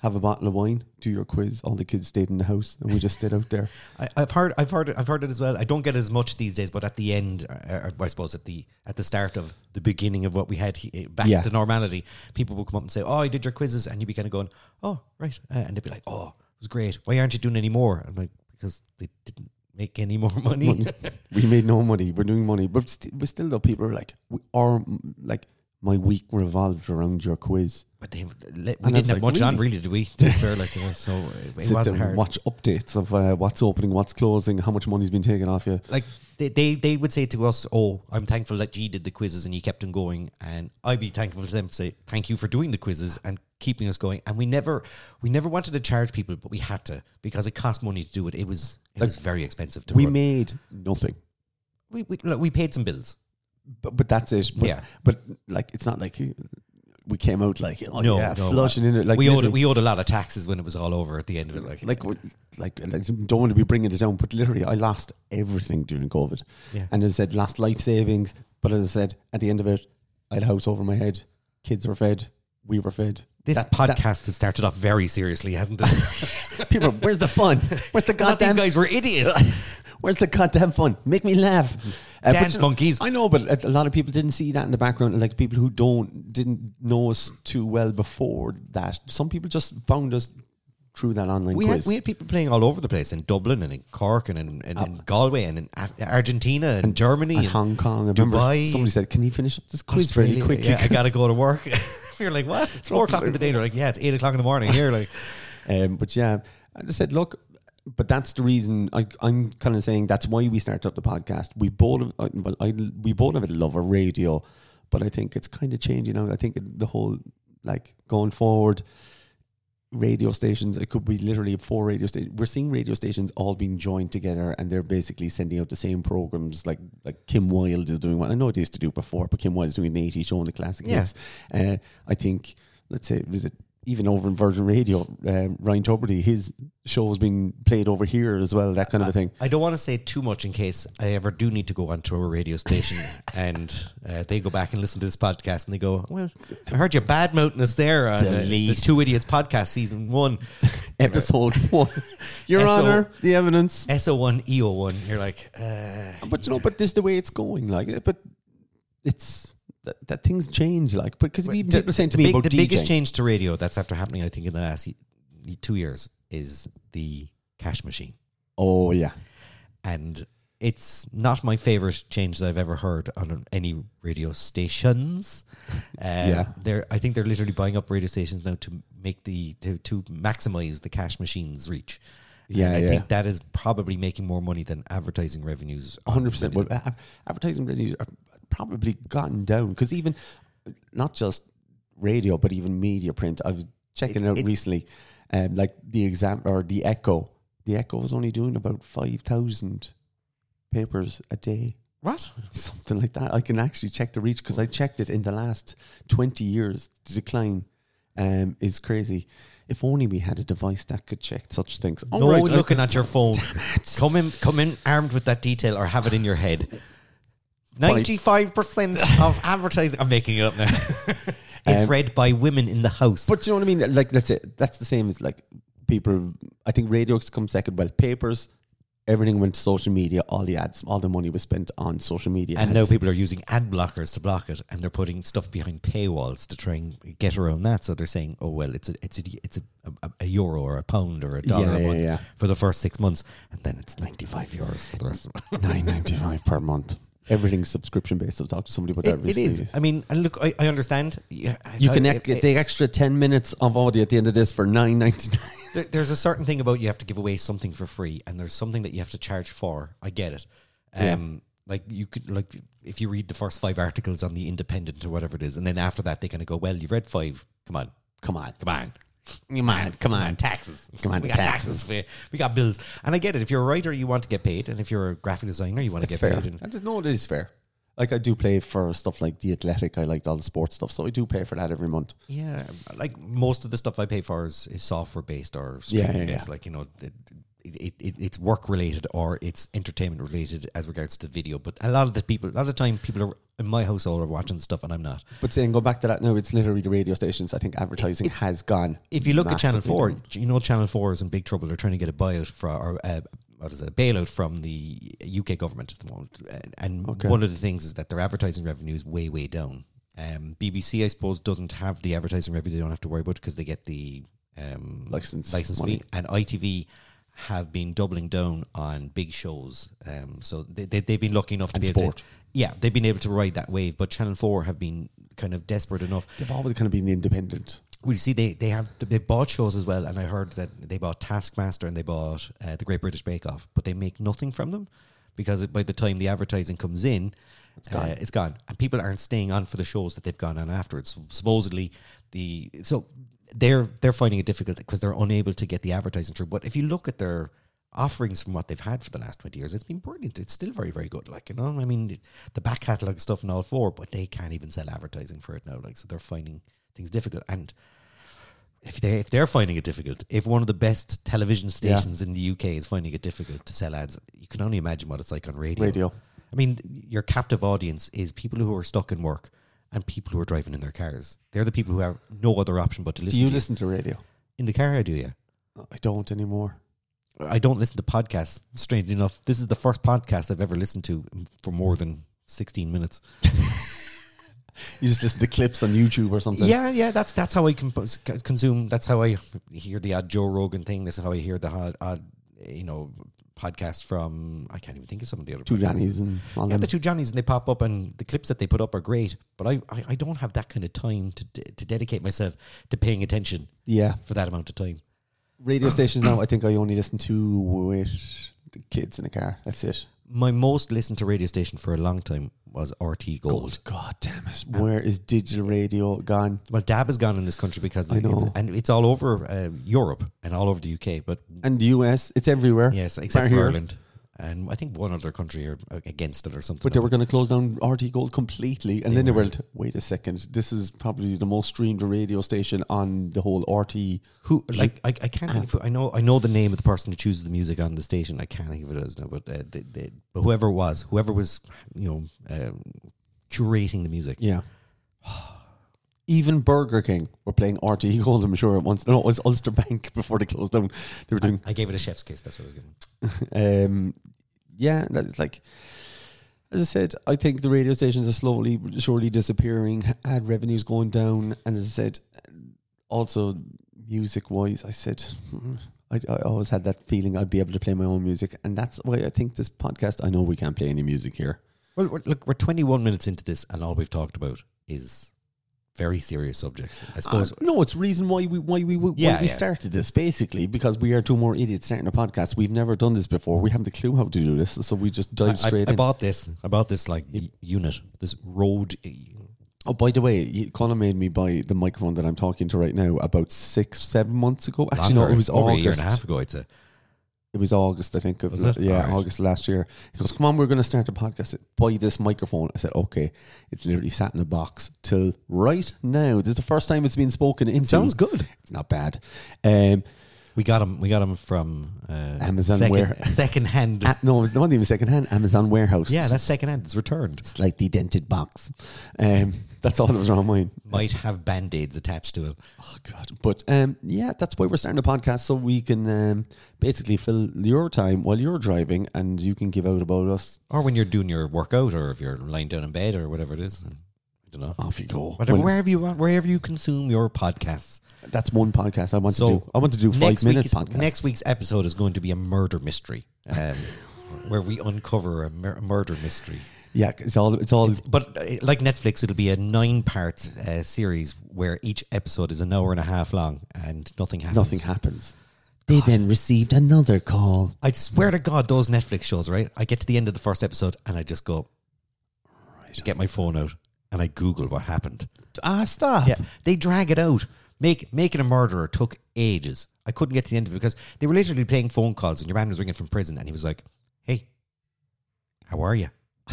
Speaker 1: Have a bottle of wine, do your quiz. All the kids stayed in the house, and we just stayed out there.
Speaker 2: I, I've heard, I've heard, I've heard it as well. I don't get as much these days, but at the end, uh, I suppose at the at the start of the beginning of what we had he- uh, back
Speaker 1: Yeah.
Speaker 2: to normality, people would come up and say, "Oh, I did your quizzes," and you'd be kind of going, "Oh, right," uh, and they'd be like, "Oh, it was great. Why aren't you doing any more?" I'm like, "Because they didn't make any more *laughs* money.
Speaker 1: *laughs* we made no money. We're doing money, but st- but still, though, people are like, we, our like my week revolved around your quiz.
Speaker 2: But they, le- we
Speaker 1: was
Speaker 2: didn't have
Speaker 1: like,
Speaker 2: much on,
Speaker 1: really?
Speaker 2: really, did we? To be fair, like, you know,
Speaker 1: *laughs*
Speaker 2: so it, it
Speaker 1: Sit there
Speaker 2: wasn't
Speaker 1: and
Speaker 2: hard.
Speaker 1: watch updates of uh, what's opening, what's closing, how much money's been taken off you.
Speaker 2: Like, they, they, they would say to us, Oh, I'm thankful that you did the quizzes and you kept them going. And I'd be thankful to them to say, Thank you for doing the quizzes and keeping us going. And we never we never wanted to charge people, but we had to because it cost money to do it. It was it was very expensive to
Speaker 1: We
Speaker 2: run.
Speaker 1: made nothing,
Speaker 2: we, we, look, we paid some bills.
Speaker 1: but, but that's it. But,
Speaker 2: Yeah.
Speaker 1: but like it's not like we came out like oh,
Speaker 2: No,
Speaker 1: yeah,
Speaker 2: no.
Speaker 1: flushing in it like
Speaker 2: we, owed,
Speaker 1: literally-
Speaker 2: we owed a lot of taxes when it was all over at the end of it. Like,
Speaker 1: like we- like like, don't want to be bringing it down, but literally I lost everything during COVID.
Speaker 2: Yeah.
Speaker 1: And as I said, lost life savings. But as I said, at the end of it, I had a house over my head, kids were fed, we were fed,
Speaker 2: This podcast has started off very seriously, hasn't
Speaker 1: *laughs*
Speaker 2: it?
Speaker 1: People, where's the
Speaker 2: *laughs*
Speaker 1: fun? Where's the
Speaker 2: God, these
Speaker 1: goddamn?
Speaker 2: guys were
Speaker 1: *laughs*
Speaker 2: idiots.
Speaker 1: Where's the goddamn fun? Make me laugh. Uh, but
Speaker 2: Dance
Speaker 1: you know-
Speaker 2: monkeys.
Speaker 1: I know, but a a lot of people didn't see that in the background. Like people who don't didn't know us too well before that. Some people just found us through that online
Speaker 2: We
Speaker 1: quiz.
Speaker 2: had, we had people playing all over the place in Dublin and in Cork and in, and in Galway and in Af- Argentina and, Germany
Speaker 1: in
Speaker 2: and
Speaker 1: Uh, Hong Kong, I remember
Speaker 2: Dubai.
Speaker 1: somebody said, "Can you finish up this quiz really
Speaker 2: Australia.
Speaker 1: quickly?"
Speaker 2: Yeah, I gotta go to work. *laughs* You're like, what? It's four o'clock in the day. They're like, yeah, it's eight o'clock in the morning.
Speaker 1: *laughs*
Speaker 2: Here, like,
Speaker 1: *laughs* Um, but yeah, I just said, look, but that's the reason I, I'm kind of saying that's why we started up the podcast. We both, uh, well, I, we both have a love of radio, but I think it's kind of changing out. I think the whole, like, going forward, radio stations, it could be literally four radio stations. We're seeing radio stations all being joined together and they're basically sending out the same programs like like Kim Wilde is doing what I know it used to do before, but Kim Wilde is doing an 80 show on the classic
Speaker 2: Yeah.
Speaker 1: hits. Uh, I think, let's say, was it even over in Virgin Radio, um, Ryan Tuberty, his show has been played over here as well, that kind of a thing.
Speaker 2: I don't want to say too much in case I ever do need to go onto a
Speaker 1: *laughs*
Speaker 2: radio station and uh, they go back and listen to this podcast and they go, well, I heard your bad mountain is there on uh, the
Speaker 1: Delete.
Speaker 2: Two Idiots podcast
Speaker 1: *laughs*
Speaker 2: season one, Uh, *laughs*
Speaker 1: Episode one. Your
Speaker 2: SO.
Speaker 1: Honor, the evidence.
Speaker 2: SO1, EO1. E You're like, uh,
Speaker 1: But you know, but this is the way it's going. Like, but it's that, that things change. Like, because even people saying to me
Speaker 2: big-
Speaker 1: about
Speaker 2: the biggest
Speaker 1: DJing.
Speaker 2: change to radio that's after happening, I think, in the last y- two years is the cash machine.
Speaker 1: Oh yeah,
Speaker 2: and it's not my favorite change that I've ever heard on any
Speaker 1: *laughs*
Speaker 2: radio stations. Um,
Speaker 1: Yeah.
Speaker 2: they're I think they're literally buying up radio stations now to make the to to maximize the cash machines reach.
Speaker 1: Yeah,
Speaker 2: And I
Speaker 1: yeah.
Speaker 2: think that is probably making more money than advertising revenues. on
Speaker 1: hundred percent.
Speaker 2: radio.
Speaker 1: Well, a- advertising revenues are probably gotten down because even not just radio, but even media print. I was checking it, out
Speaker 2: it's-
Speaker 1: recently, um, like the exam or the Echo. The Echo was only doing about five thousand papers a day. *laughs*
Speaker 2: What?
Speaker 1: something like that. I can actually check the reach because I checked it in the last 20 years. The decline um, is crazy. If only we had a device that could check such things. All
Speaker 2: No
Speaker 1: right, I-
Speaker 2: looking at your
Speaker 1: *laughs*
Speaker 2: phone. Come in, come in armed with that detail, or have it in your head. Ninety-five percent of *laughs* advertising. I'm making it
Speaker 1: *laughs*
Speaker 2: up now. it's read by women in the house.
Speaker 1: Um, but you know what I mean? Like, that's it. That's the same as like people. I think radio comes second. Well, papers, everything went to social media. All the ads, all the money was spent on social media.
Speaker 2: And
Speaker 1: ads.
Speaker 2: now people are using ad blockers to block it, and they're putting stuff behind paywalls to try and get around that. So they're saying, "Oh well, it's a it's a it's a, a, a euro or a pound or a dollar
Speaker 1: Yeah,
Speaker 2: a
Speaker 1: yeah,
Speaker 2: month
Speaker 1: yeah.
Speaker 2: for the first six months, and then it's ninety five euros for the rest of it."
Speaker 1: nine ninety five per month. Everything's subscription based. I've talked to somebody about that
Speaker 2: it
Speaker 1: recently.
Speaker 2: is. I mean, and look, I, I understand. Yeah, I-
Speaker 1: You
Speaker 2: I-
Speaker 1: can
Speaker 2: I-
Speaker 1: ec- get the extra ten minutes of audio at the end of this for nine ninety nine.
Speaker 2: There- There's a certain thing about you have to give away something for free, and there's something that you have to charge for. I get it. Um, Like you could like if you read the first five articles on the Independent or whatever it is, and then after that they kind of go, "Well, you've read five. Come on,
Speaker 1: Come on,
Speaker 2: come on,
Speaker 1: You mad? Come on.
Speaker 2: taxes.
Speaker 1: Come on,
Speaker 2: we got
Speaker 1: taxes.
Speaker 2: taxes. We, we got bills. And I get it. If you're a writer, you want to get paid, and if you're a graphic designer, you want to
Speaker 1: It's
Speaker 2: get
Speaker 1: fair.
Speaker 2: paid. And
Speaker 1: I just know it is fair. Like I do play for stuff like the athletic. I like all the sports stuff, so I do pay for that every month.
Speaker 2: yeah, like most of the stuff I pay for is, is software based or
Speaker 1: Yeah, yeah,
Speaker 2: streaming based.
Speaker 1: yeah.
Speaker 2: Like you know. It, it, it, it's work related or it's entertainment related as regards to the video, but a lot of the people, a lot of the time, people are in my household are watching stuff and I'm not.
Speaker 1: But saying go back to that now, it's literally the radio stations. I think advertising has gone.
Speaker 2: if you look at Channel
Speaker 1: massively
Speaker 2: Four,
Speaker 1: down.
Speaker 2: you know Channel Four is in big trouble. They're trying to get a buyout for or uh, what is it, a bailout from the UK government at the moment. And- And one of the things is that their advertising revenue is way way down. Um, BBC, I suppose, doesn't have the advertising revenue they don't have to worry about because they get the um,
Speaker 1: License
Speaker 2: license
Speaker 1: money.
Speaker 2: fee, and ITV have been doubling down on big shows. Um, so they, they they've been lucky enough to be able
Speaker 1: sport.
Speaker 2: to, yeah, they've been able to ride that wave. But Channel Four have been kind of desperate enough
Speaker 1: they've always kind of been independent.
Speaker 2: we see they they have they bought shows as well, and I heard that they bought Taskmaster and they bought uh, the Great British Bake Off, but they make nothing from them because by the time the advertising comes in, it's gone. Uh, it's gone, and people aren't staying on for the shows that they've gone on afterwards. Supposedly, the so they're they're finding it difficult because they're unable to get the advertising through. But if you look at their offerings from what they've had for the last 20 years it's been brilliant it's still very very good like you know i mean it- the back catalogue stuff and all four but they can't even sell advertising for it now like so they're finding things difficult and if they if they're finding it difficult, if one of the best television stations in the UK is finding it difficult to sell ads, you can only imagine what it's like on radio.
Speaker 1: Radio.
Speaker 2: I mean, your captive audience is people who are stuck in work and people who are driving in their cars. They're the people who have no other option but to
Speaker 1: Do
Speaker 2: listen
Speaker 1: you
Speaker 2: to
Speaker 1: listen to radio?
Speaker 2: you. in the car. I do, yeah.
Speaker 1: I don't anymore.
Speaker 2: I don't listen to podcasts. Strangely enough, this is the first podcast I've ever listened to for more than sixteen minutes.
Speaker 1: You just listen to clips on YouTube or something.
Speaker 2: Yeah, yeah, that's that's how I compos- c- consume. That's how I hear the odd Joe Rogan thing. This is how I hear the odd, odd you know, podcast from. I can't even think of some of the other
Speaker 1: Two
Speaker 2: podcasts.
Speaker 1: Johnnies and all
Speaker 2: Yeah,
Speaker 1: them.
Speaker 2: the two Johnnies, and they pop up, and the clips that they put up are great. But I, I, I don't have that kind of time to de- to dedicate myself to paying attention
Speaker 1: yeah.
Speaker 2: for that amount of time. *clears throat*
Speaker 1: Radio stations now, I think I only listen to with the kids in the car. That's it.
Speaker 2: My most listened to radio station for a long time was RT Gold.
Speaker 1: God damn it. Where is digital radio gone?
Speaker 2: Well, DAB has gone in this country because
Speaker 1: I know.
Speaker 2: and it's all over uh, Europe and all over the UK. But
Speaker 1: And the US, it's everywhere.
Speaker 2: yes, except
Speaker 1: Bar
Speaker 2: for
Speaker 1: here.
Speaker 2: Ireland and I think one other country are uh, against it or something.
Speaker 1: But they were going to close down RT Gold completely. And then they were, wait a second, this is probably the most streamed radio station on the whole RT.
Speaker 2: who like uh-huh. I, I can't think of who, I know I know the name of the person who chooses the music on the station. I can't think of it as now, but uh, they, they, but whoever it was, whoever was you know um, curating the music.
Speaker 1: Yeah. *sighs* Even Burger King were playing RT Gold, I'm sure, at once. No, it was Ulster Bank *laughs* before they closed down. They were doing
Speaker 2: I gave it a chef's kiss. That's what I was giving.
Speaker 1: um, yeah, that's like, as I said, I think the radio stations are slowly, but surely disappearing. Ad revenues going down, and as I said, also music wise, I said. hmm, I, I always had that feeling I'd be able to play my own music, and that's why I think this podcast. I know we can't play any music here.
Speaker 2: Well, we're, look, we're 21 minutes into this, and all we've talked about is very serious subjects. I suppose.
Speaker 1: Uh, no, it's reason why we why we why
Speaker 2: Yeah,
Speaker 1: we
Speaker 2: yeah.
Speaker 1: started this basically because we are two more idiots starting a podcast. We've never done this before. We haven't a clue how to do this, so we just dive
Speaker 2: I, I,
Speaker 1: straight
Speaker 2: I
Speaker 1: in.
Speaker 2: bought this. I bought this like y- unit, this road.
Speaker 1: Oh, by the way, you- Colin made me buy the microphone that I'm talking to right now about six, seven months ago. Actually, no, it was
Speaker 2: over
Speaker 1: August.
Speaker 2: a year and a half ago. I'd say.
Speaker 1: It was August, I think. Of
Speaker 2: Was it?
Speaker 1: Yeah,
Speaker 2: Alright.
Speaker 1: August last year. He goes, "Come on, we're going to start a podcast. Buy this microphone." I said, "Okay." It's literally sat in a box till right now. This is the first time it's been spoken into.
Speaker 2: Sounds good.
Speaker 1: It's not bad. Um,
Speaker 2: We got him. We got him from uh,
Speaker 1: Amazon
Speaker 2: Second, *laughs*
Speaker 1: where-
Speaker 2: second hand.
Speaker 1: at- no, it's not even second hand. Amazon warehouse.
Speaker 2: yeah, that's second hand. It's returned.
Speaker 1: slightly dented box. Um, *laughs* that's all that was on mine.
Speaker 2: might have band aids attached to it.
Speaker 1: Oh God! But um, yeah, that's why we're starting a podcast so we can um, basically fill your time while you're driving, and you can give out about us.
Speaker 2: Or when you're doing your workout or if you're lying down in bed or whatever it is. I don't know.
Speaker 1: Off you go.
Speaker 2: Whatever,
Speaker 1: Well,
Speaker 2: wherever you want, wherever you consume your podcasts.
Speaker 1: that's one podcast I want to
Speaker 2: So
Speaker 1: do. I want to do five
Speaker 2: next
Speaker 1: minute
Speaker 2: week's-
Speaker 1: podcast.
Speaker 2: Next week's episode is going to be a murder mystery. Um, *laughs* where we uncover a mur- murder mystery.
Speaker 1: yeah, it's all it's all
Speaker 2: But uh, like Netflix, it'll be a nine part uh, series where each episode is an hour and a half long and nothing happens.
Speaker 1: nothing happens. They then received another call.
Speaker 2: I swear to God, those Netflix shows, right? I get to the end of the first episode and I just go, get my phone out and I Google what happened.
Speaker 1: Ah, stop!
Speaker 2: Yeah, they drag it out. Make making a murderer took ages. I couldn't get to the end of it because they were literally playing phone calls, and your man was ringing from prison, and he was like, "Hey, how are you? *laughs*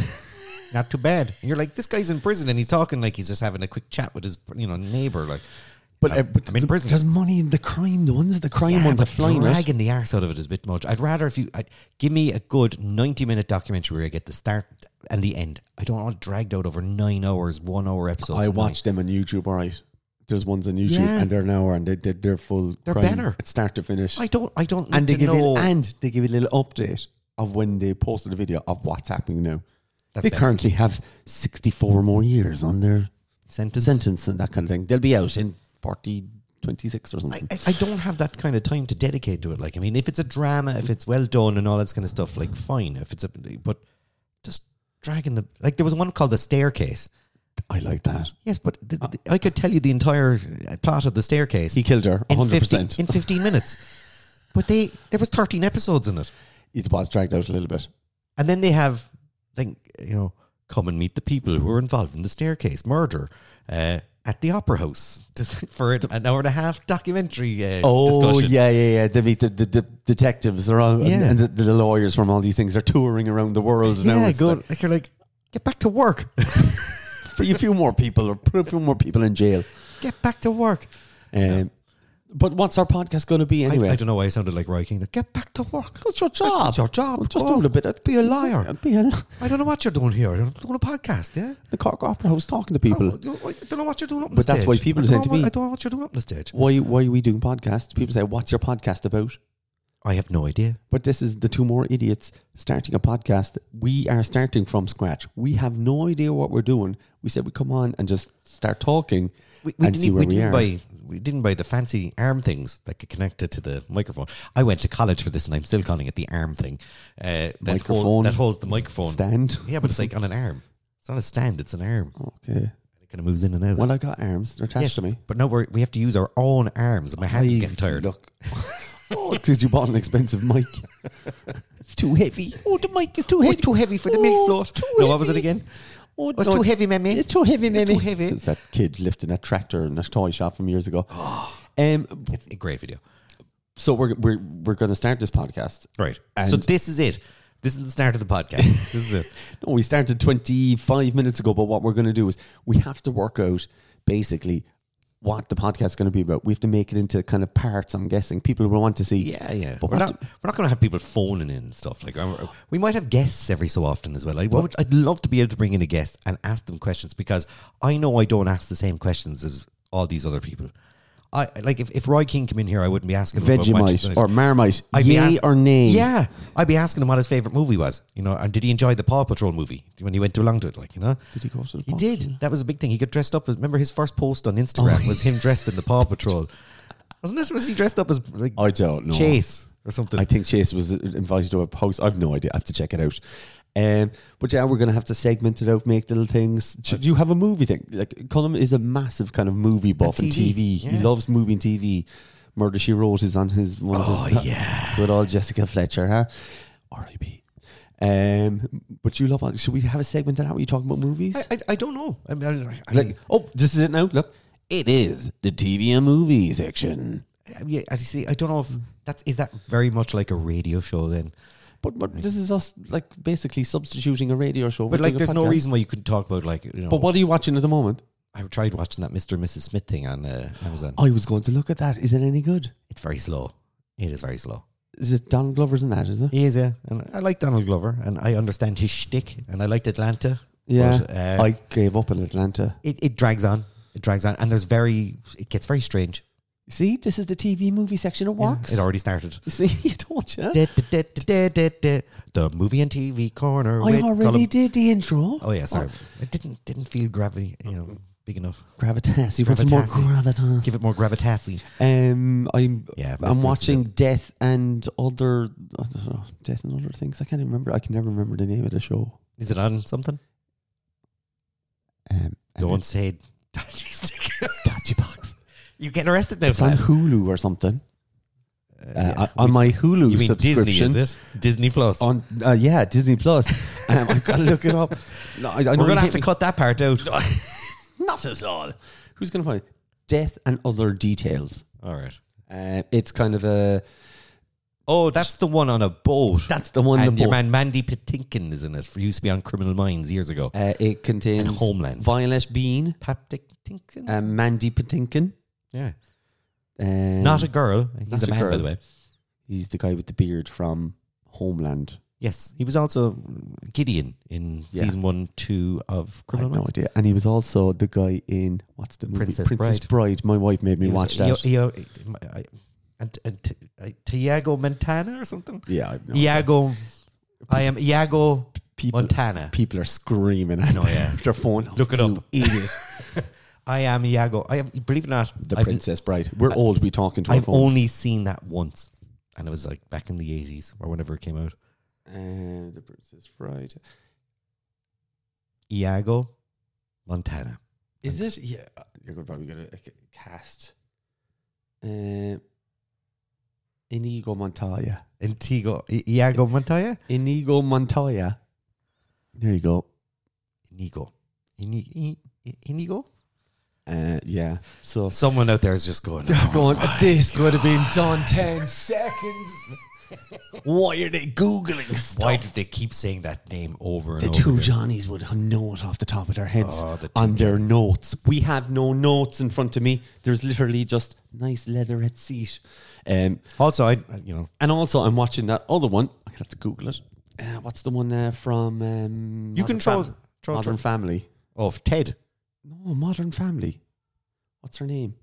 Speaker 2: Not too bad." And you're like, "This guy's in prison, and he's talking like he's just having a quick chat with his, you know, neighbor." Like,
Speaker 1: But,
Speaker 2: I'm-
Speaker 1: uh, but
Speaker 2: I'm in prison.
Speaker 1: There's money in the crime. The ones the crime ones are
Speaker 2: but
Speaker 1: flying. right?
Speaker 2: dragging the arse out of it is a bit much. I'd rather if you i give me a good ninety-minute documentary where I get the start and the end. I don't want it dragged out over nine hours, one-hour episodes.
Speaker 1: I
Speaker 2: a night.
Speaker 1: watch them on YouTube. All right, there's ones on YouTube,
Speaker 2: Yeah.
Speaker 1: and they're an hour, and they, they they're full.
Speaker 2: They're
Speaker 1: crime
Speaker 2: better.
Speaker 1: at start to finish.
Speaker 2: I don't. I don't. Need
Speaker 1: and they
Speaker 2: to
Speaker 1: give
Speaker 2: know.
Speaker 1: it, and they give you a little update of when they posted a video of what's happening now.
Speaker 2: That's
Speaker 1: they
Speaker 2: better.
Speaker 1: currently have sixty four more years on their
Speaker 2: sentence.
Speaker 1: sentence and that kind of thing. They'll be out in 40, 26 or
Speaker 2: I,
Speaker 1: something.
Speaker 2: I- I don't have that kind of time to dedicate to it. Like, I mean, if it's a drama, if it's well done and all that kind of stuff, like, fine. If it's a, but just dragging the, like, there was one called The Staircase.
Speaker 1: I, like that.
Speaker 2: Yes, but the,
Speaker 1: Uh,
Speaker 2: the- I could tell you the entire uh, plot of The Staircase
Speaker 1: He killed her
Speaker 2: in,
Speaker 1: 100.
Speaker 2: 15,
Speaker 1: percent
Speaker 2: in 15 minutes. But they, there was 13 episodes in it.
Speaker 1: It was dragged out a little bit.
Speaker 2: And then they have, think, you know, come and meet the people who were involved in The Staircase murder. Uh, at the opera house *laughs* for an an hour and a half documentary uh, discussion.
Speaker 1: Oh, yeah, yeah, yeah. The, the, the, the detectives are all,
Speaker 2: Yeah.
Speaker 1: and the, the lawyers from all these things are touring around the world now.
Speaker 2: yeah,
Speaker 1: It's
Speaker 2: go
Speaker 1: like-
Speaker 2: like, you're like, get back to work, *laughs*
Speaker 1: for a few more people or put a few more people in jail.
Speaker 2: get back to work.
Speaker 1: Um, But what's our podcast going to be anyway?
Speaker 2: I don't know why I sounded like Roy Keane. Like, Get back to work.
Speaker 1: That's your job.
Speaker 2: That's your job.
Speaker 1: Well, just doing a bit of-
Speaker 2: Be a liar.
Speaker 1: Be a-
Speaker 2: I don't know what you're doing here. You're doing a podcast, yeah? Oh,
Speaker 1: the Cork Opera House talking to people.
Speaker 2: I don't know what you're doing up on
Speaker 1: But that's why
Speaker 2: stage.
Speaker 1: people
Speaker 2: I don't
Speaker 1: say
Speaker 2: know
Speaker 1: to
Speaker 2: what-
Speaker 1: me-
Speaker 2: I don't know what you're doing up on stage.
Speaker 1: Why, why are we doing podcasts? People say, what's your podcast about?
Speaker 2: I have no idea.
Speaker 1: But this is the two more idiots starting a podcast. We are starting from scratch. We have no idea what we're doing. We said we come on and just start talking
Speaker 2: We, we
Speaker 1: and
Speaker 2: didn't, e-,
Speaker 1: see where
Speaker 2: we
Speaker 1: we,
Speaker 2: didn't
Speaker 1: are.
Speaker 2: buy we didn't buy the fancy arm things that get connected to the microphone. I went to college for this, and I'm still calling it the arm thing. Uh, that
Speaker 1: Microphone.
Speaker 2: hold, that holds the microphone. *laughs*
Speaker 1: Stand.
Speaker 2: Yeah, but it's like on an arm. It's not a stand. It's an arm.
Speaker 1: Okay.
Speaker 2: It kind of moves in and out.
Speaker 1: Well, I got arms. They're attached
Speaker 2: Yes,
Speaker 1: to me.
Speaker 2: but no, we're, we have to use our own arms. and My hands
Speaker 1: I've-
Speaker 2: getting tired.
Speaker 1: Look. oh, because you bought an expensive
Speaker 2: *laughs*
Speaker 1: mic. it's too heavy. Oh, the mic is too heavy.
Speaker 2: too heavy for the milk
Speaker 1: Oh,
Speaker 2: float.
Speaker 1: too
Speaker 2: No, what was it
Speaker 1: heavy.
Speaker 2: again?
Speaker 1: Oh,
Speaker 2: it's too heavy, mammy.
Speaker 1: It's too heavy,
Speaker 2: It's
Speaker 1: mammy.
Speaker 2: too heavy.
Speaker 1: It's that kid lifting a tractor in a toy shop from years ago. *gasps* um,
Speaker 2: It's a great video.
Speaker 1: so we're we're we're going to start this podcast.
Speaker 2: Right.
Speaker 1: And-
Speaker 2: so this is it. This is the start of the podcast. this is
Speaker 1: *laughs*
Speaker 2: it.
Speaker 1: No, we started 25 minutes ago, but what we're going to do is we have to work out basically what the podcast is going to be about. We have to make it into kind of parts, I'm guessing. People will want to see.
Speaker 2: Yeah, yeah.
Speaker 1: But
Speaker 2: we're
Speaker 1: what
Speaker 2: not we're not going to have people phoning in and stuff like. I'm- We might have guests every so often as well. I would, I'd love to be able to bring in a guest and ask them questions because I know I don't ask the same questions as all these other people. I like if, if Roy King came in here, I wouldn't be asking him about Manchester
Speaker 1: Vegemite
Speaker 2: United.
Speaker 1: or Marmite,
Speaker 2: I'd be
Speaker 1: yay
Speaker 2: ask-
Speaker 1: or nay?
Speaker 2: Yeah, I'd be asking him what his favorite movie was. You know, and did he enjoy the Paw Patrol movie when he went too long to it? Like you know,
Speaker 1: Did he go to the
Speaker 2: He
Speaker 1: Paw
Speaker 2: did. That was a big thing. He got dressed up. As, remember his first post on
Speaker 1: Oh,
Speaker 2: Instagram was him dressed in
Speaker 1: *laughs*
Speaker 2: the Paw Patrol. Wasn't this? Was he dressed up as like
Speaker 1: I don't know.
Speaker 2: Chase or something?
Speaker 1: I think Chase was invited to a post. I've no idea. I have to check it out. Um, but yeah, we're going to have to segment it out, make little things. Do you have a movie thing? Like, Colin is a massive kind of movie buff and TV.
Speaker 2: TV, yeah.
Speaker 1: He loves movie and TV. Murder She Wrote is on his one of his.
Speaker 2: Oh, yeah.
Speaker 1: Good old Jessica Fletcher, huh? R.I.P. Um, but you love. Should we have a segment on that? Were you talking about movies?
Speaker 2: I, I, I don't know. I mean, I, I,
Speaker 1: like, oh, this is it now. Look, it is the TV and movie section.
Speaker 2: I, mean, I see. I don't know if that's is that very much like a radio show then.
Speaker 1: But, but this is us like basically substituting a radio show.
Speaker 2: But
Speaker 1: We're
Speaker 2: like,
Speaker 1: doing a
Speaker 2: there's no
Speaker 1: podcast.
Speaker 2: reason why you could talk about like you know.
Speaker 1: But what are you watching at the moment?
Speaker 2: I tried watching that Mr. and Mrs. Smith thing on uh, Amazon.
Speaker 1: I was going to look at that. Is it any good?
Speaker 2: It's very slow. It is very slow.
Speaker 1: Is it Donald Glover's in that? Is it?
Speaker 2: He is, yeah. And I like Donald Glover, and I understand his shtick, and I liked Atlanta.
Speaker 1: Yeah.
Speaker 2: But, uh,
Speaker 1: I gave up on Atlanta.
Speaker 2: it, it drags on. It drags on, and there's very. It gets very strange.
Speaker 1: See, this is the TV movie section. It works.
Speaker 2: It already started.
Speaker 1: You *laughs* See, you don't you?
Speaker 2: Da, da, da, da, da, da. The movie and TV corner.
Speaker 1: I
Speaker 2: with
Speaker 1: already
Speaker 2: Colin-
Speaker 1: did the intro.
Speaker 2: Oh yeah, sorry. It didn't didn't feel gravity, you know, big enough.
Speaker 1: Gravitas. You want some more gravitas?
Speaker 2: Give it more gravitasy.
Speaker 1: Um, I'm
Speaker 2: Yeah, Mr.
Speaker 1: I'm
Speaker 2: Mrs.
Speaker 1: watching Death and other I don't know, Death and other things. I can't even remember. I can never remember the name of the show.
Speaker 2: Is it on something?
Speaker 1: Um, and
Speaker 2: Don't say dodgy
Speaker 1: *laughs*
Speaker 2: stick.
Speaker 1: it's Dodgy Box.
Speaker 2: you get arrested now.
Speaker 1: It's on
Speaker 2: Flan.
Speaker 1: Hulu or something.
Speaker 2: Uh,
Speaker 1: Uh,
Speaker 2: yeah.
Speaker 1: on my Hulu
Speaker 2: you mean
Speaker 1: subscription.
Speaker 2: Disney? Is it Disney Plus?
Speaker 1: on uh, yeah Disney
Speaker 2: *laughs*
Speaker 1: Plus. Um, I've got to look it up. No, I, I know
Speaker 2: We're
Speaker 1: you
Speaker 2: gonna have
Speaker 1: hate
Speaker 2: to
Speaker 1: me.
Speaker 2: cut that
Speaker 1: *laughs*
Speaker 2: part out.
Speaker 1: not at all. Who's gonna find it? Death and other details?
Speaker 2: All right.
Speaker 1: Uh, it's kind of a
Speaker 2: Oh, that's the one on a boat.
Speaker 1: that's the one.
Speaker 2: and
Speaker 1: that
Speaker 2: your man Mandy Patinkin is in it. For used to be on Criminal Minds years ago.
Speaker 1: uh, it contains
Speaker 2: And Homeland.
Speaker 1: Violet Bean,
Speaker 2: Patinkin.
Speaker 1: um, Mandy Patinkin.
Speaker 2: yeah.
Speaker 1: Um,
Speaker 2: Not a girl.
Speaker 1: not
Speaker 2: He's a
Speaker 1: a
Speaker 2: man, by
Speaker 1: girl.
Speaker 2: the way.
Speaker 1: he's the guy with the beard from Homeland.
Speaker 2: Yes, he was also Gideon in
Speaker 1: Yeah.
Speaker 2: season one, two of
Speaker 1: I
Speaker 2: Criminal
Speaker 1: have no
Speaker 2: Minds.
Speaker 1: idea. And he was also the guy in what's the movie
Speaker 2: Princess
Speaker 1: Bride. My wife made me
Speaker 2: He was-
Speaker 1: watch that.
Speaker 2: Yo- yo- I- and, and T- I- Tiago Montana or something.
Speaker 1: yeah, I know.
Speaker 2: Iago, I am Iago
Speaker 1: People-
Speaker 2: Montana.
Speaker 1: People are screaming at
Speaker 2: know, yeah.
Speaker 1: *laughs* their phone.
Speaker 2: Look it
Speaker 1: You
Speaker 2: up.
Speaker 1: idiot.
Speaker 2: *laughs* I am Iago. I am, believe it or not,
Speaker 1: The
Speaker 2: I've,
Speaker 1: Princess Bride. We're old. We talking to our
Speaker 2: I've
Speaker 1: phones.
Speaker 2: only seen that once, and it was like back in the eighties or whenever it came out.
Speaker 1: Uh, the Princess Bride.
Speaker 2: Iago Montana.
Speaker 1: Is it? Yeah, uh, you're gonna probably get a, a cast. Uh, Inigo Montoya.
Speaker 2: Antigo I- Iago Montoya.
Speaker 1: Inigo Montoya. There you go.
Speaker 2: Inigo. Ini- I- Inigo.
Speaker 1: Uh, yeah. *laughs* So *laughs* Oh
Speaker 2: Someone out there is just going.
Speaker 1: *laughs* going. This could have been done ten seconds. Why are they Googling stuff?
Speaker 2: Why do they keep saying that name over and
Speaker 1: the
Speaker 2: over?
Speaker 1: two
Speaker 2: again?
Speaker 1: Johnnies would know it off the top of their heads
Speaker 2: Oh, the two
Speaker 1: on their notes. We have no notes in front of me. There's literally just nice leatherette seat. Um,
Speaker 2: *laughs* also, I I- you know
Speaker 1: and also, I'm watching that other one. I'm gonna have to Google it. Uh, what's the one uh, from? Um,
Speaker 2: You
Speaker 1: Modern
Speaker 2: can troll-
Speaker 1: Fam-
Speaker 2: troll-
Speaker 1: Modern
Speaker 2: troll.
Speaker 1: Family.
Speaker 2: of Oh, Ted.
Speaker 1: No, Modern Family. What's her name?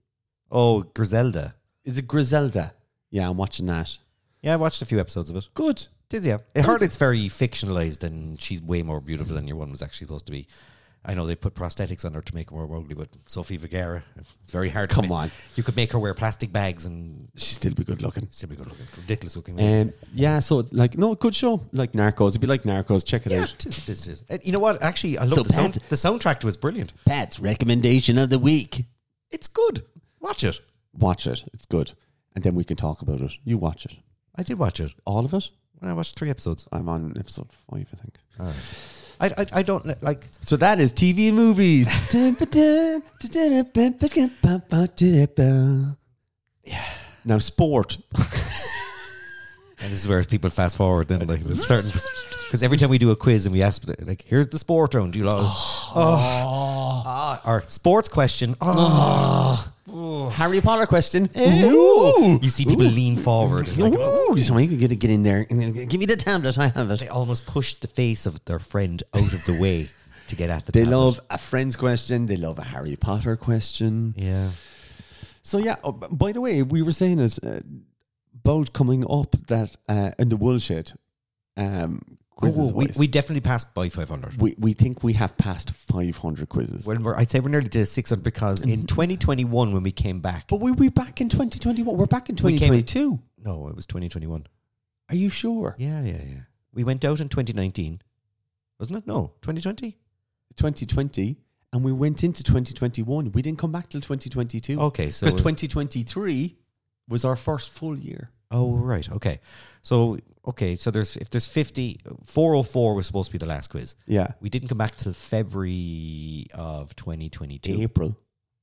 Speaker 2: Oh, Griselda.
Speaker 1: Is it Griselda? Yeah, I'm watching that.
Speaker 2: Yeah, I watched a few episodes of it.
Speaker 1: Good.
Speaker 2: Did yeah. I heard it's very fictionalized and she's way more beautiful than your one was actually supposed to be. I know they put prosthetics on her to make her more ugly, but Sophie Vergara, it's very hard.
Speaker 1: Come
Speaker 2: to ma-
Speaker 1: on.
Speaker 2: you could make her wear plastic bags and
Speaker 1: She'd still be good looking.
Speaker 2: still be good looking, ridiculous looking.
Speaker 1: Um, yeah, so like, no, good show. Like Narcos, it'd be like Narcos. Check it
Speaker 2: yeah,
Speaker 1: out.
Speaker 2: tis, tis, tis. Uh, you know what? Actually, I love
Speaker 1: So
Speaker 2: the, sound,
Speaker 1: Pat-
Speaker 2: the soundtrack to it's brilliant.
Speaker 1: Pat's recommendation of the week.
Speaker 2: It's good. Watch it.
Speaker 1: Watch it. It's good, and then we can talk about it. You watch it,
Speaker 2: I did watch it.
Speaker 1: all of it.
Speaker 2: I watched three episodes.
Speaker 1: I'm on episode five, I think.
Speaker 2: I, I, I don't like.
Speaker 1: So that is TV and *laughs* movies. Yeah. Now sport.
Speaker 2: And this is where people fast forward then, like *laughs* there's certain because every time we do a quiz and we ask like, "Here's the sport round," you love oh, Ah, our sports question. Oh.
Speaker 1: Harry Potter question.
Speaker 2: You see people lean forward. And like,
Speaker 1: Ooh, somebody could get, get in there and then give me the tablet. I have
Speaker 2: they
Speaker 1: it.
Speaker 2: almost push the face of their friend out of the way to get at the.
Speaker 1: They
Speaker 2: tablet.
Speaker 1: love a Friends question. They love a Harry Potter question.
Speaker 2: Yeah.
Speaker 1: So yeah. Oh, b- by the way, we were saying it uh, about coming up that uh, in the woolshed. Um,
Speaker 2: Oh,
Speaker 1: quizzes
Speaker 2: we,
Speaker 1: wise.
Speaker 2: we definitely passed by 500.
Speaker 1: we we think we have passed 500 quizzes.
Speaker 2: Well, we're, I'd say we're nearly to 600 because in 2021 when we came back,
Speaker 1: but were we back in 2021? We're back in
Speaker 2: We came-
Speaker 1: 2022.
Speaker 2: no, it was 2021.
Speaker 1: Are you sure?
Speaker 2: Yeah, yeah, yeah. We went out in 2019, wasn't it? No, 2020.
Speaker 1: 2020, and we went into 2021. We didn't come back till 2022.
Speaker 2: Okay, so
Speaker 1: Because 2023 was our first full year.
Speaker 2: Oh, right. Okay. So, okay. So there's, if there's 50, 404 was supposed to be the last quiz.
Speaker 1: Yeah.
Speaker 2: We didn't come back till February of 2022.
Speaker 1: April.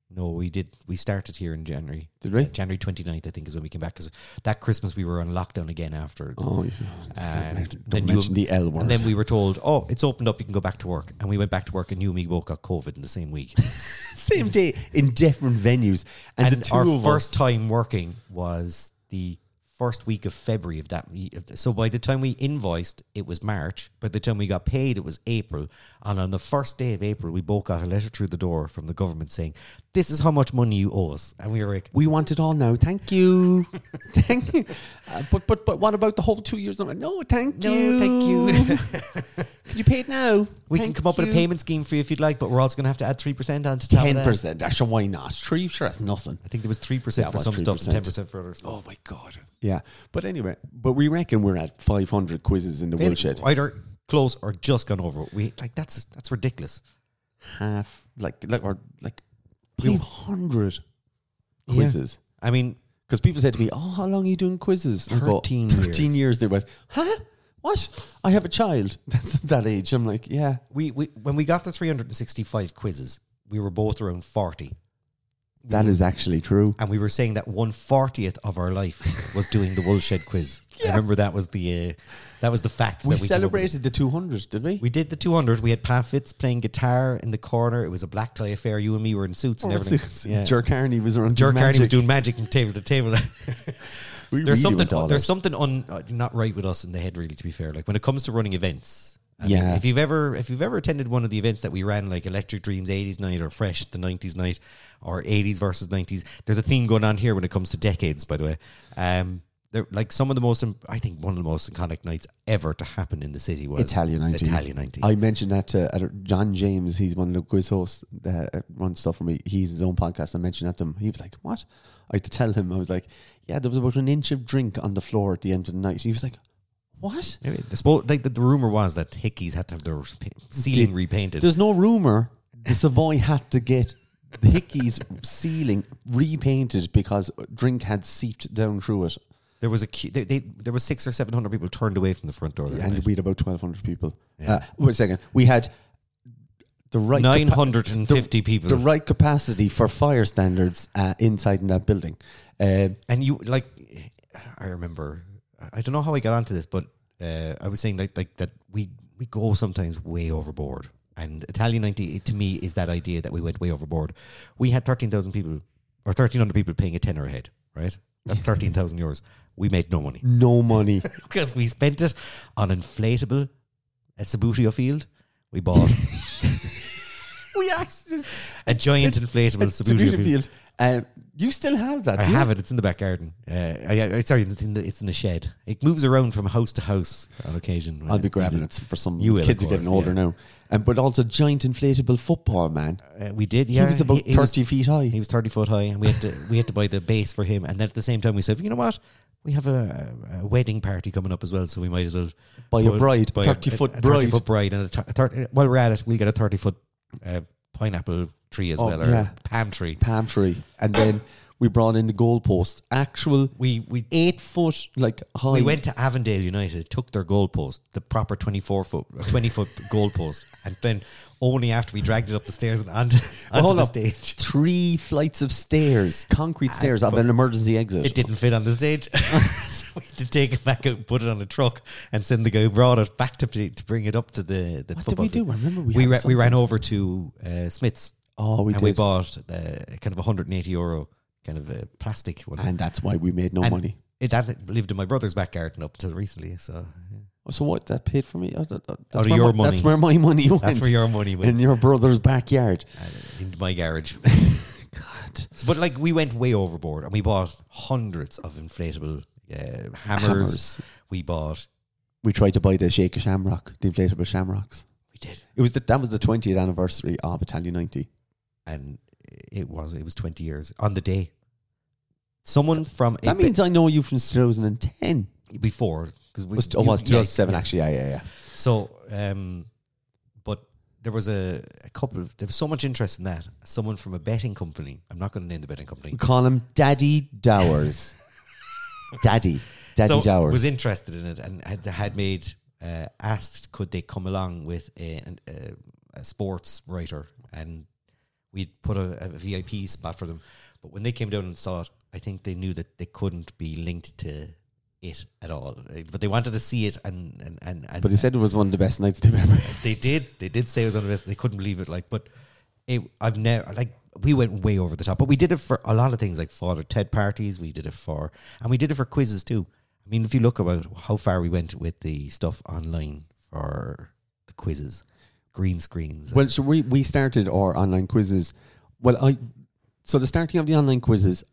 Speaker 2: No, we did. We started here in January.
Speaker 1: Did we?
Speaker 2: Uh, January 29th, I think, is when we came back because that Christmas we were on lockdown again afterwards.
Speaker 1: Oh, yeah.
Speaker 2: And
Speaker 1: don't
Speaker 2: then you-
Speaker 1: mention the L word.
Speaker 2: And then we were told, oh, it's opened up. You can go back to work. And we went back to work, and you and me both got COVID in the same week.
Speaker 1: Same day in different venues. And,
Speaker 2: and
Speaker 1: the two
Speaker 2: our
Speaker 1: of
Speaker 2: first
Speaker 1: us.
Speaker 2: time working was the first week of February of that. ye- of- So by the time we invoiced, it was March. By the time we got paid, it was April. And on the first day of April, we both got a letter through the door from the government saying, "This is how much money you owe us." And we were like,
Speaker 1: We want it all now. Thank you.
Speaker 2: *laughs*
Speaker 1: thank you. Uh, but, but, but what about the whole two years? No, thank
Speaker 2: "No,
Speaker 1: you.
Speaker 2: thank *laughs* you.
Speaker 1: Could *laughs* you pay it now?
Speaker 2: we can come up with a payment scheme for you if you'd like, but we're also going to have to add three percent on to top of
Speaker 1: Ten
Speaker 2: that."
Speaker 1: percent. Actually, why not? Three, sure, that's nothing.
Speaker 2: I think there was three percent
Speaker 1: Yeah, it
Speaker 2: for
Speaker 1: was
Speaker 2: some stuff and ten
Speaker 1: 3%.
Speaker 2: percent for others.
Speaker 1: Oh my god. Yeah, but anyway, but we reckon we're at five hundred quizzes in the woolshed.
Speaker 2: Either close or just gone over. We like that's that's ridiculous.
Speaker 1: Half, like, like, or like five hundred quizzes.
Speaker 2: I mean,
Speaker 1: Because people say to me, "Oh, how long are you doing quizzes?" And I go,
Speaker 2: 13
Speaker 1: 13 years. They went, "Huh? What? I have a child *laughs* that's that age." I'm like, "Yeah,
Speaker 2: we, we when we got to 365 quizzes, we were both around 40.
Speaker 1: that is actually true."
Speaker 2: And we were saying that 140th of our life was doing the Woolshed quiz. I remember that was the uh, that was the fact
Speaker 1: We
Speaker 2: that came up with.
Speaker 1: celebrated the 200, did we?
Speaker 2: We did the 200. We had Pat Fitz playing guitar in the corner. It was a black tie affair. You and me were in suits
Speaker 1: Oh,
Speaker 2: and everything. Yeah.
Speaker 1: Jer Carney was around.
Speaker 2: Jer
Speaker 1: doing
Speaker 2: Carney was
Speaker 1: magic.
Speaker 2: doing magic from table to table. *laughs*
Speaker 1: We
Speaker 2: there's
Speaker 1: really went
Speaker 2: something
Speaker 1: all
Speaker 2: there's
Speaker 1: out.
Speaker 2: something un, uh, not right with us in the head really to be fair like when it comes to running events I mean,
Speaker 1: Yeah.
Speaker 2: if you've ever if you've ever attended one of the events that we ran like electric dreams 80s night or fresh the 90s night or 80s versus 90s there's a theme going on here when it comes to decades by the way um there, like some of the most im- i think one of the most iconic nights ever to happen in the city was
Speaker 1: Italian 19.
Speaker 2: italian 19
Speaker 1: I mentioned that to uh, John James. He's one of the quiz hosts that uh, runs stuff for me. He's his own podcast. I mentioned that to him. He was like, What? I had to tell him. I was like, Yeah, there was about an inch of drink on the floor at the end of the night. He was like, What?
Speaker 2: Anyway, the, spo- like, the, the rumor was that hickeys had to have their pa- ceiling repainted
Speaker 1: There's no rumor the Savoy had to get the Hickey's ceiling repainted because drink had seeped down through it.
Speaker 2: there was a queue, they, they, there was six or seven hundred people turned away from the front door that night.
Speaker 1: And we had about 1,200 people. Uh, wait a second. We had the right capa-
Speaker 2: 950 people.
Speaker 1: the right capacity for fire standards uh, inside in that building. Um
Speaker 2: and you, like, I remember I- I don't know how I got onto this, but uh, I was saying like like that we we go sometimes way overboard, and Italian ninety to me is that idea that we went way overboard. We had thirteen thousand people or thirteen hundred people paying a tenner a head, right? That's thirteen thousand euros. We made no money *laughs*
Speaker 1: No money.
Speaker 2: because we spent it on inflatable a Sabutio field. We *laughs* bought
Speaker 1: we actually
Speaker 2: a giant inflatable Sabutio field.
Speaker 1: Field. Um, you still have that?
Speaker 2: I
Speaker 1: do you?
Speaker 2: have it. It's in the back garden. Uh, I, I, sorry, it's in, the, it's in the shed. It moves around from house to house on occasion.
Speaker 1: I'll be grabbing it for some
Speaker 2: You will,
Speaker 1: kids
Speaker 2: of
Speaker 1: are getting
Speaker 2: course,
Speaker 1: older
Speaker 2: yeah.
Speaker 1: now. Um, but also giant inflatable football man.
Speaker 2: Uh, we did. Yeah,
Speaker 1: he was about
Speaker 2: he was-
Speaker 1: thirty feet high.
Speaker 2: He was thirty foot high, and we had to we had to buy the base for him. And then at the same time, we said, you know what? We have a, a wedding party coming up as well, so we might as well
Speaker 1: Buy a
Speaker 2: put-
Speaker 1: bride,
Speaker 2: buy a-
Speaker 1: 30-foot
Speaker 2: a- a
Speaker 1: bride.
Speaker 2: 30-foot bride, and a th- a thir- while we're at it, we'll get a thirty foot uh, pineapple tree as
Speaker 1: Oh,
Speaker 2: well, or
Speaker 1: yeah.
Speaker 2: palm tree.
Speaker 1: palm tree, and then we brought in the goalpost. Actual
Speaker 2: We we
Speaker 1: eight foot like high.
Speaker 2: We went to Avondale United, took their goalpost, the proper twenty-four foot, uh, twenty-foot goalpost, and then only after we dragged it up the stairs and onto,
Speaker 1: Well,
Speaker 2: onto
Speaker 1: hold
Speaker 2: the
Speaker 1: up.
Speaker 2: stage,
Speaker 1: three flights of stairs, concrete stairs of an emergency exit.
Speaker 2: Ah, it didn't fit on the stage. *laughs* so we had to take it back out, and put it on a truck, and send the guy who brought it back to to bring it up to the. the
Speaker 1: What did
Speaker 2: football
Speaker 1: we do?
Speaker 2: field.
Speaker 1: I remember we
Speaker 2: we
Speaker 1: had
Speaker 2: ra- we ran over to uh, Smiths
Speaker 1: oh, we
Speaker 2: and
Speaker 1: did,
Speaker 2: we bought uh, kind of a hundred and eighty euro kind of a plastic one.
Speaker 1: and that's why we made no
Speaker 2: And-
Speaker 1: money.
Speaker 2: it that lived in my brother's back garden up till recently, so yeah.
Speaker 1: So what? That paid for me. Oh, that- that-
Speaker 2: Out
Speaker 1: That's
Speaker 2: of
Speaker 1: where
Speaker 2: your
Speaker 1: my, That's
Speaker 2: money.
Speaker 1: where my money went.
Speaker 2: that's where your money went.
Speaker 1: in your brother's backyard.
Speaker 2: Uh, in my
Speaker 1: *laughs*
Speaker 2: garage.
Speaker 1: God.
Speaker 2: So, but like we went way overboard and we bought hundreds of inflatable uh, hammers.
Speaker 1: Hammers.
Speaker 2: We bought.
Speaker 1: We tried to buy the Shake a Shamrock, the inflatable shamrocks.
Speaker 2: We did,
Speaker 1: It was the, that was the twentieth anniversary of Italian ninety.
Speaker 2: and it was it was twenty years on the day. Someone from
Speaker 1: That
Speaker 2: a-
Speaker 1: means I know you from two thousand and ten.
Speaker 2: before because we
Speaker 1: Was oh, was
Speaker 2: you-
Speaker 1: two
Speaker 2: yeah,
Speaker 1: thousand seven
Speaker 2: yeah.
Speaker 1: actually? Yeah, yeah, yeah.
Speaker 2: So, um, but there was a, a couple of there was so much interest in that. Someone from a betting company. I'm not going to name the betting company.
Speaker 1: We call him Daddy
Speaker 2: *laughs*
Speaker 1: Dowers. Daddy, Daddy
Speaker 2: so
Speaker 1: Dowers.
Speaker 2: was interested in it and had, had made uh, asked could they come along with a, an, a, a sports writer and we'd put a, a VIP spot for them but when they came down and saw it I think they knew that they couldn't be linked to it at all Uh, but they wanted to see it and and and, and
Speaker 1: but he said it was one of the best nights they've ever.
Speaker 2: they did they did say it was on the list they couldn't believe it like but it I've never like we went way over the top but we did it for a lot of things like father Ted parties we did it for and we did it for quizzes too I mean if you look about how far we went with the stuff online for the quizzes green screens
Speaker 1: Well, so we we started our online quizzes. Well, I so the starting of the online quizzes,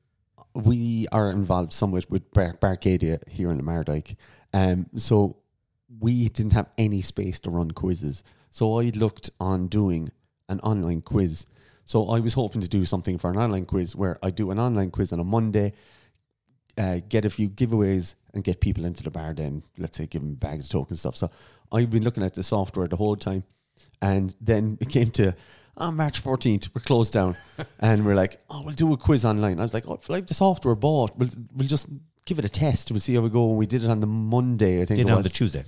Speaker 1: we are involved somewhat with Bar- Barcadia here in the Mardyke. Um, so we didn't have any space to run quizzes. So I looked on doing an online quiz. So I was hoping to do something for an online quiz where I do an online quiz on a Monday, uh, get a few giveaways and get people into the bar then let's say give them bags of tokens stuff so i've been looking at the software the whole time and then it came to on march 14th we're closed
Speaker 2: *laughs*
Speaker 1: down and we're like oh we'll do a quiz online i was like oh if I have the software bought we'll, we'll just give it a test we'll see how we go and we did it on the monday i think
Speaker 2: did
Speaker 1: it
Speaker 2: it on
Speaker 1: was.
Speaker 2: the Tuesday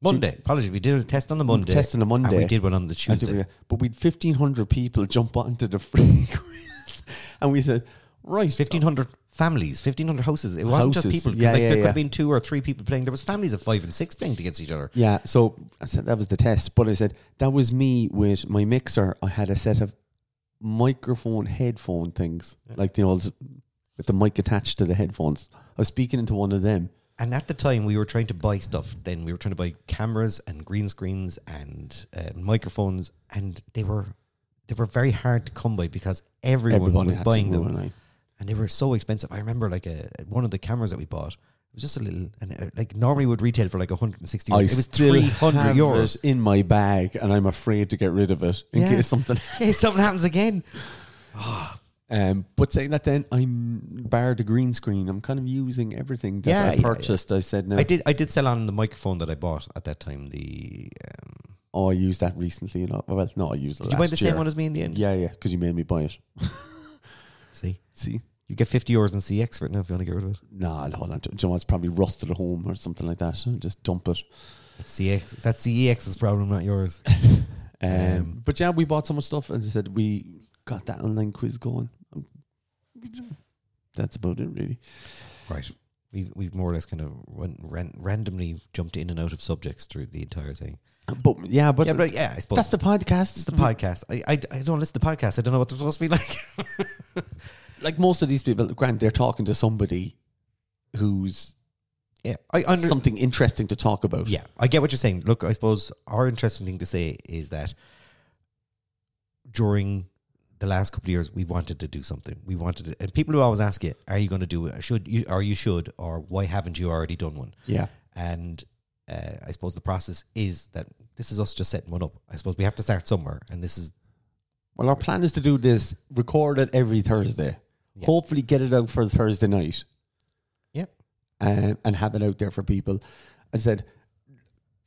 Speaker 2: Monday apologies we did a test on the
Speaker 1: We
Speaker 2: Monday
Speaker 1: tested on the Monday
Speaker 2: and we did one on the
Speaker 1: I think
Speaker 2: Tuesday
Speaker 1: we- but we'd 1500 people *laughs* jump onto the free *laughs* quiz and we said right
Speaker 2: 1500 families 1500 houses it wasn't just
Speaker 1: Houses.
Speaker 2: people 'cause,
Speaker 1: Yeah,
Speaker 2: like,
Speaker 1: yeah,
Speaker 2: there could
Speaker 1: yeah.
Speaker 2: have been two or three people playing there was families of five and six playing against each other
Speaker 1: Yeah, so I said that was the test, but I said that was me with my mixer. I had a set of microphone headphone things, like the old with the mic attached to the headphones. I was speaking into one of them.
Speaker 2: And at the time, we were trying to buy stuff. Then we were trying to buy cameras and green screens and uh, microphones, and they were they were very hard to come by because everyone
Speaker 1: Everyone
Speaker 2: was
Speaker 1: had
Speaker 2: buying
Speaker 1: to,
Speaker 2: them,
Speaker 1: weren't I?
Speaker 2: and they were so expensive. I remember like a one of the cameras that we bought. It was just a little, and uh, like normally would retail for like 160 euros.
Speaker 1: I
Speaker 2: It was
Speaker 1: still
Speaker 2: 300
Speaker 1: have
Speaker 2: euros.
Speaker 1: it in my bag, and I'm afraid to get rid of it in
Speaker 2: Yeah.
Speaker 1: case something.
Speaker 2: Okay, something happens again.
Speaker 1: Um, but saying that, then I'm bar the green screen. I'm kind of using everything that
Speaker 2: Yeah, yeah,
Speaker 1: I
Speaker 2: yeah.
Speaker 1: purchased. I said no.
Speaker 2: I did. I did sell on the microphone that I bought at that time. The um,
Speaker 1: oh, I used that recently. And I, well, no, I used it.
Speaker 2: did you buy
Speaker 1: last
Speaker 2: the
Speaker 1: year.
Speaker 2: same one as me in the end?
Speaker 1: Yeah, yeah, because you made me buy it.
Speaker 2: See,
Speaker 1: See.
Speaker 2: you get 50 euros in CX for it now if you want to get rid of it.
Speaker 1: Nah, I'll hold on to it. Do you know what? It's probably rusted at home or something like that. I'll just dump it.
Speaker 2: That's CX. That's CEX's problem, not yours.
Speaker 1: Um,
Speaker 2: Um,
Speaker 1: but yeah, we bought so much stuff, and I said we got that online quiz going. That's about it, really.
Speaker 2: Right. We've, we've more or less kind of ran, ran, randomly jumped in and out of subjects through the entire thing.
Speaker 1: But yeah, but,
Speaker 2: Yeah, but yeah, I suppose
Speaker 1: that's Mm-hmm. the podcast.
Speaker 2: it's the podcast. I, I, I don't listen to podcasts. I don't know what they're supposed to be *laughs* like.
Speaker 1: like most of these people, Grant, they're talking to somebody who's
Speaker 2: yeah, I under,
Speaker 1: something interesting to talk about.
Speaker 2: yeah, I get what you're saying. Look, I suppose our interesting thing to say is that during the last couple of years, we wanted to do something. We wanted to, and people who always ask you, "Are you going to do it? Should you? Or you should? Or why haven't you already done one?"
Speaker 1: yeah.
Speaker 2: And uh, I suppose the process is that this is us just setting one up. I suppose we have to start somewhere, and this is
Speaker 1: Well, our plan is to do this, record it every Thursday.
Speaker 2: Yeah.
Speaker 1: Hopefully, get it out for Thursday night.
Speaker 2: Yeah.
Speaker 1: Um, and have it out there for people. I said,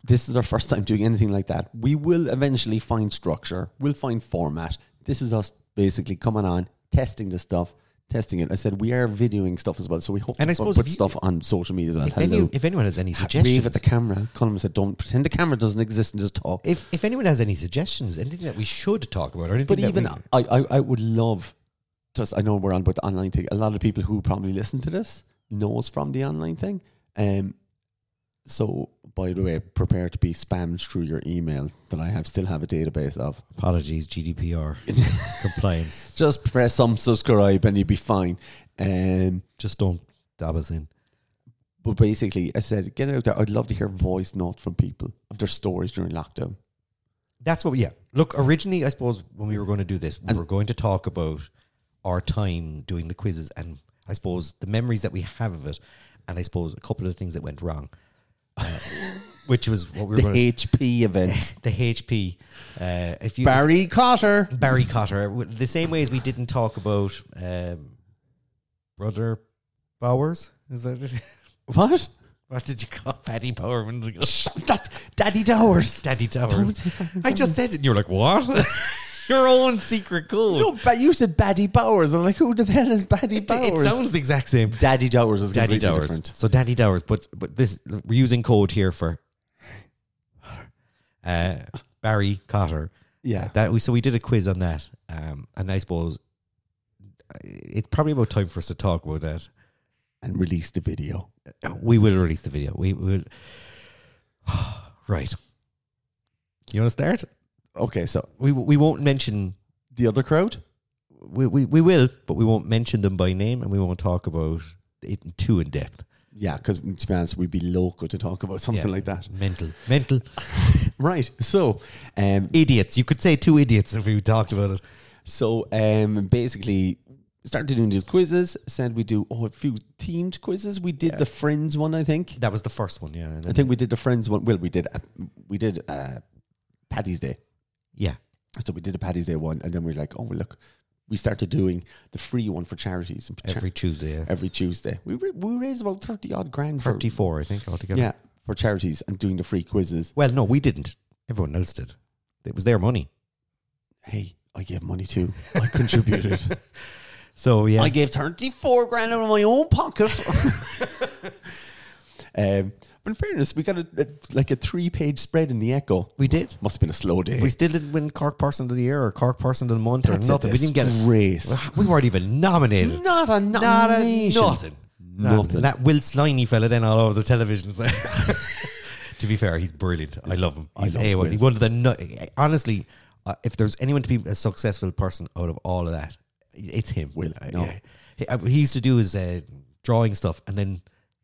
Speaker 1: this is our first time doing anything like that. We will eventually find structure, we'll find format. This is us basically coming on, testing the stuff, testing it. I said, we are videoing stuff as well. So we hope
Speaker 2: And
Speaker 1: to pu-
Speaker 2: I suppose
Speaker 1: put
Speaker 2: if you-
Speaker 1: stuff on social media as well.
Speaker 2: if,
Speaker 1: Hello.
Speaker 2: any, if anyone has any
Speaker 1: Wave
Speaker 2: suggestions.
Speaker 1: at the camera. Colin said, don't pretend the camera doesn't exist and just talk.
Speaker 2: if if anyone has any suggestions, anything that we should talk about, or anything
Speaker 1: But
Speaker 2: that
Speaker 1: even
Speaker 2: we,
Speaker 1: I, I, I would love just I know we're on about the online thing. A lot of people who probably listen to this know us from the online thing. Um so by the way, prepare to be spammed through your email that I have still have a database of. *laughs*
Speaker 2: apologies GDPR compliance,
Speaker 1: Just press some subscribe and you'll be fine. Um
Speaker 2: just don't dab us in.
Speaker 1: but basically I said get it out there. I'd love to hear voice notes from people of their stories during lockdown.
Speaker 2: That's what. We, yeah. Look, originally, I suppose when we were going to do this, we
Speaker 1: As-
Speaker 2: were going to talk about our time doing the quizzes, and I suppose the memories that we have of it, and I suppose a couple of things that went wrong,
Speaker 1: *laughs*
Speaker 2: uh, which was what we were
Speaker 1: The
Speaker 2: going.
Speaker 1: HP event.
Speaker 2: to, the HP. Uh, if
Speaker 1: *laughs*
Speaker 2: you
Speaker 1: Barry Cotter.
Speaker 2: Barry Cotter, w- the same way as we didn't talk about um, Roger Bowers. Is that
Speaker 1: What?
Speaker 2: *laughs* what did you call Paddy Power?
Speaker 1: That Daddy Dowers.
Speaker 2: Daddy Towers. I just said it, and you're like, what? *laughs* Your own secret code.
Speaker 1: No, but you said Baddy Bowers. I'm like, who the hell is Baddy
Speaker 2: It- it, sounds the exact same.
Speaker 1: Daddy Dowers is
Speaker 2: Daddy
Speaker 1: Daddy
Speaker 2: Dowers. So Daddy Dowers, but but this we're using code here for uh, Barry Cotter.
Speaker 1: Yeah.
Speaker 2: That we so we did a quiz on that, um, and I suppose uh, it's probably about time for us to talk about that.
Speaker 1: And release the video.
Speaker 2: We will release the video. We will. *sighs* right. You want to start?
Speaker 1: Okay, so
Speaker 2: We we won't mention.
Speaker 1: the other crowd?
Speaker 2: We, we we will, but we won't mention them by name, and we won't talk about it too in depth.
Speaker 1: Yeah, because to be honest, we'd be local to talk about something
Speaker 2: Yeah.
Speaker 1: like that.
Speaker 2: Mental, mental
Speaker 1: *laughs* Right. So, um,
Speaker 2: idiots. You could say two idiots if we talked about it.
Speaker 1: so um, basically, started doing these quizzes. Said we do oh, a few themed quizzes. We did the Friends one, I think.
Speaker 2: That was the first one, yeah. and
Speaker 1: I
Speaker 2: then-
Speaker 1: think we did the Friends one. Well, we did uh, we did uh, Paddy's Day.
Speaker 2: yeah,
Speaker 1: So we did a Paddy's Day one, and then we were like, oh, well, look, we started doing the free one for charities and every,
Speaker 2: every Tuesday, yeah.
Speaker 1: every Tuesday. We ra- we raised about thirty odd grand for
Speaker 2: thirty-four, I think altogether.
Speaker 1: yeah for charities and doing the free quizzes.
Speaker 2: Well, no, we didn't. Everyone else did. It was their money.
Speaker 1: Hey, I gave money too. I contributed.
Speaker 2: So yeah,
Speaker 1: *laughs* I gave thirty four grand out of my own pocket. *laughs* um, but in fairness, we got a, a like a three page spread in the Echo.
Speaker 2: we did.
Speaker 1: Must have been a slow day.
Speaker 2: We still didn't win Cork Person of the Year or Cork Person of the Month or nothing. We didn't get it.
Speaker 1: race.
Speaker 2: We weren't even nominated.
Speaker 1: Not a
Speaker 2: Not a
Speaker 1: nomination.
Speaker 2: nothing.
Speaker 1: Nothing.
Speaker 2: That Will Sliney fella then all over the television. *laughs* to be fair, he's brilliant. I love him. He's
Speaker 1: love
Speaker 2: a one.
Speaker 1: Will.
Speaker 2: He's one of the no- honestly, uh, if there's anyone to be a successful person out of all of that, it's him. Will
Speaker 1: no.
Speaker 2: he, uh, he used to do his uh, drawing stuff and then.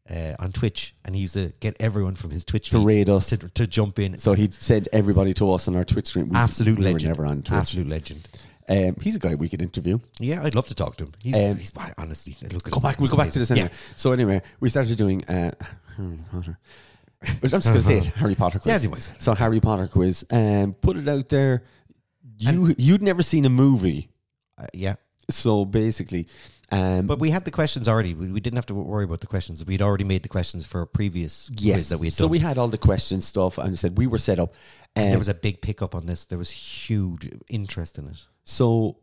Speaker 2: Uh, on Twitch, and he used to get everyone from his Twitch feed
Speaker 1: raid us.
Speaker 2: to, to jump in.
Speaker 1: So he sent everybody to us on our Twitch stream. We,
Speaker 2: Absolute
Speaker 1: we
Speaker 2: legend.
Speaker 1: Were never on Twitch.
Speaker 2: Absolute legend.
Speaker 1: Um, he's a guy we could interview.
Speaker 2: Yeah, I'd love to talk to him. He's,
Speaker 1: Um,
Speaker 2: he's honestly look at
Speaker 1: Go
Speaker 2: him.
Speaker 1: back. We'll
Speaker 2: He's
Speaker 1: go back to
Speaker 2: amazing.
Speaker 1: this anyway. So anyway, we started doing. Uh, Harry Potter. I'm just going to say it. Harry Potter quiz.
Speaker 2: Yeah, Uh-huh. you might as well.
Speaker 1: So Harry Potter quiz. Um, put it out there. You you'd never seen a movie,
Speaker 2: Yeah, uh, yeah.
Speaker 1: so basically, um,
Speaker 2: But we had the questions already. We, we didn't have to worry about the questions. We'd already made the questions for a previous quiz
Speaker 1: yes.
Speaker 2: that we had
Speaker 1: so
Speaker 2: done.
Speaker 1: we had all the question stuff, and said we were set up.
Speaker 2: there
Speaker 1: Um,
Speaker 2: was a big pickup on this. There was huge interest in it.
Speaker 1: so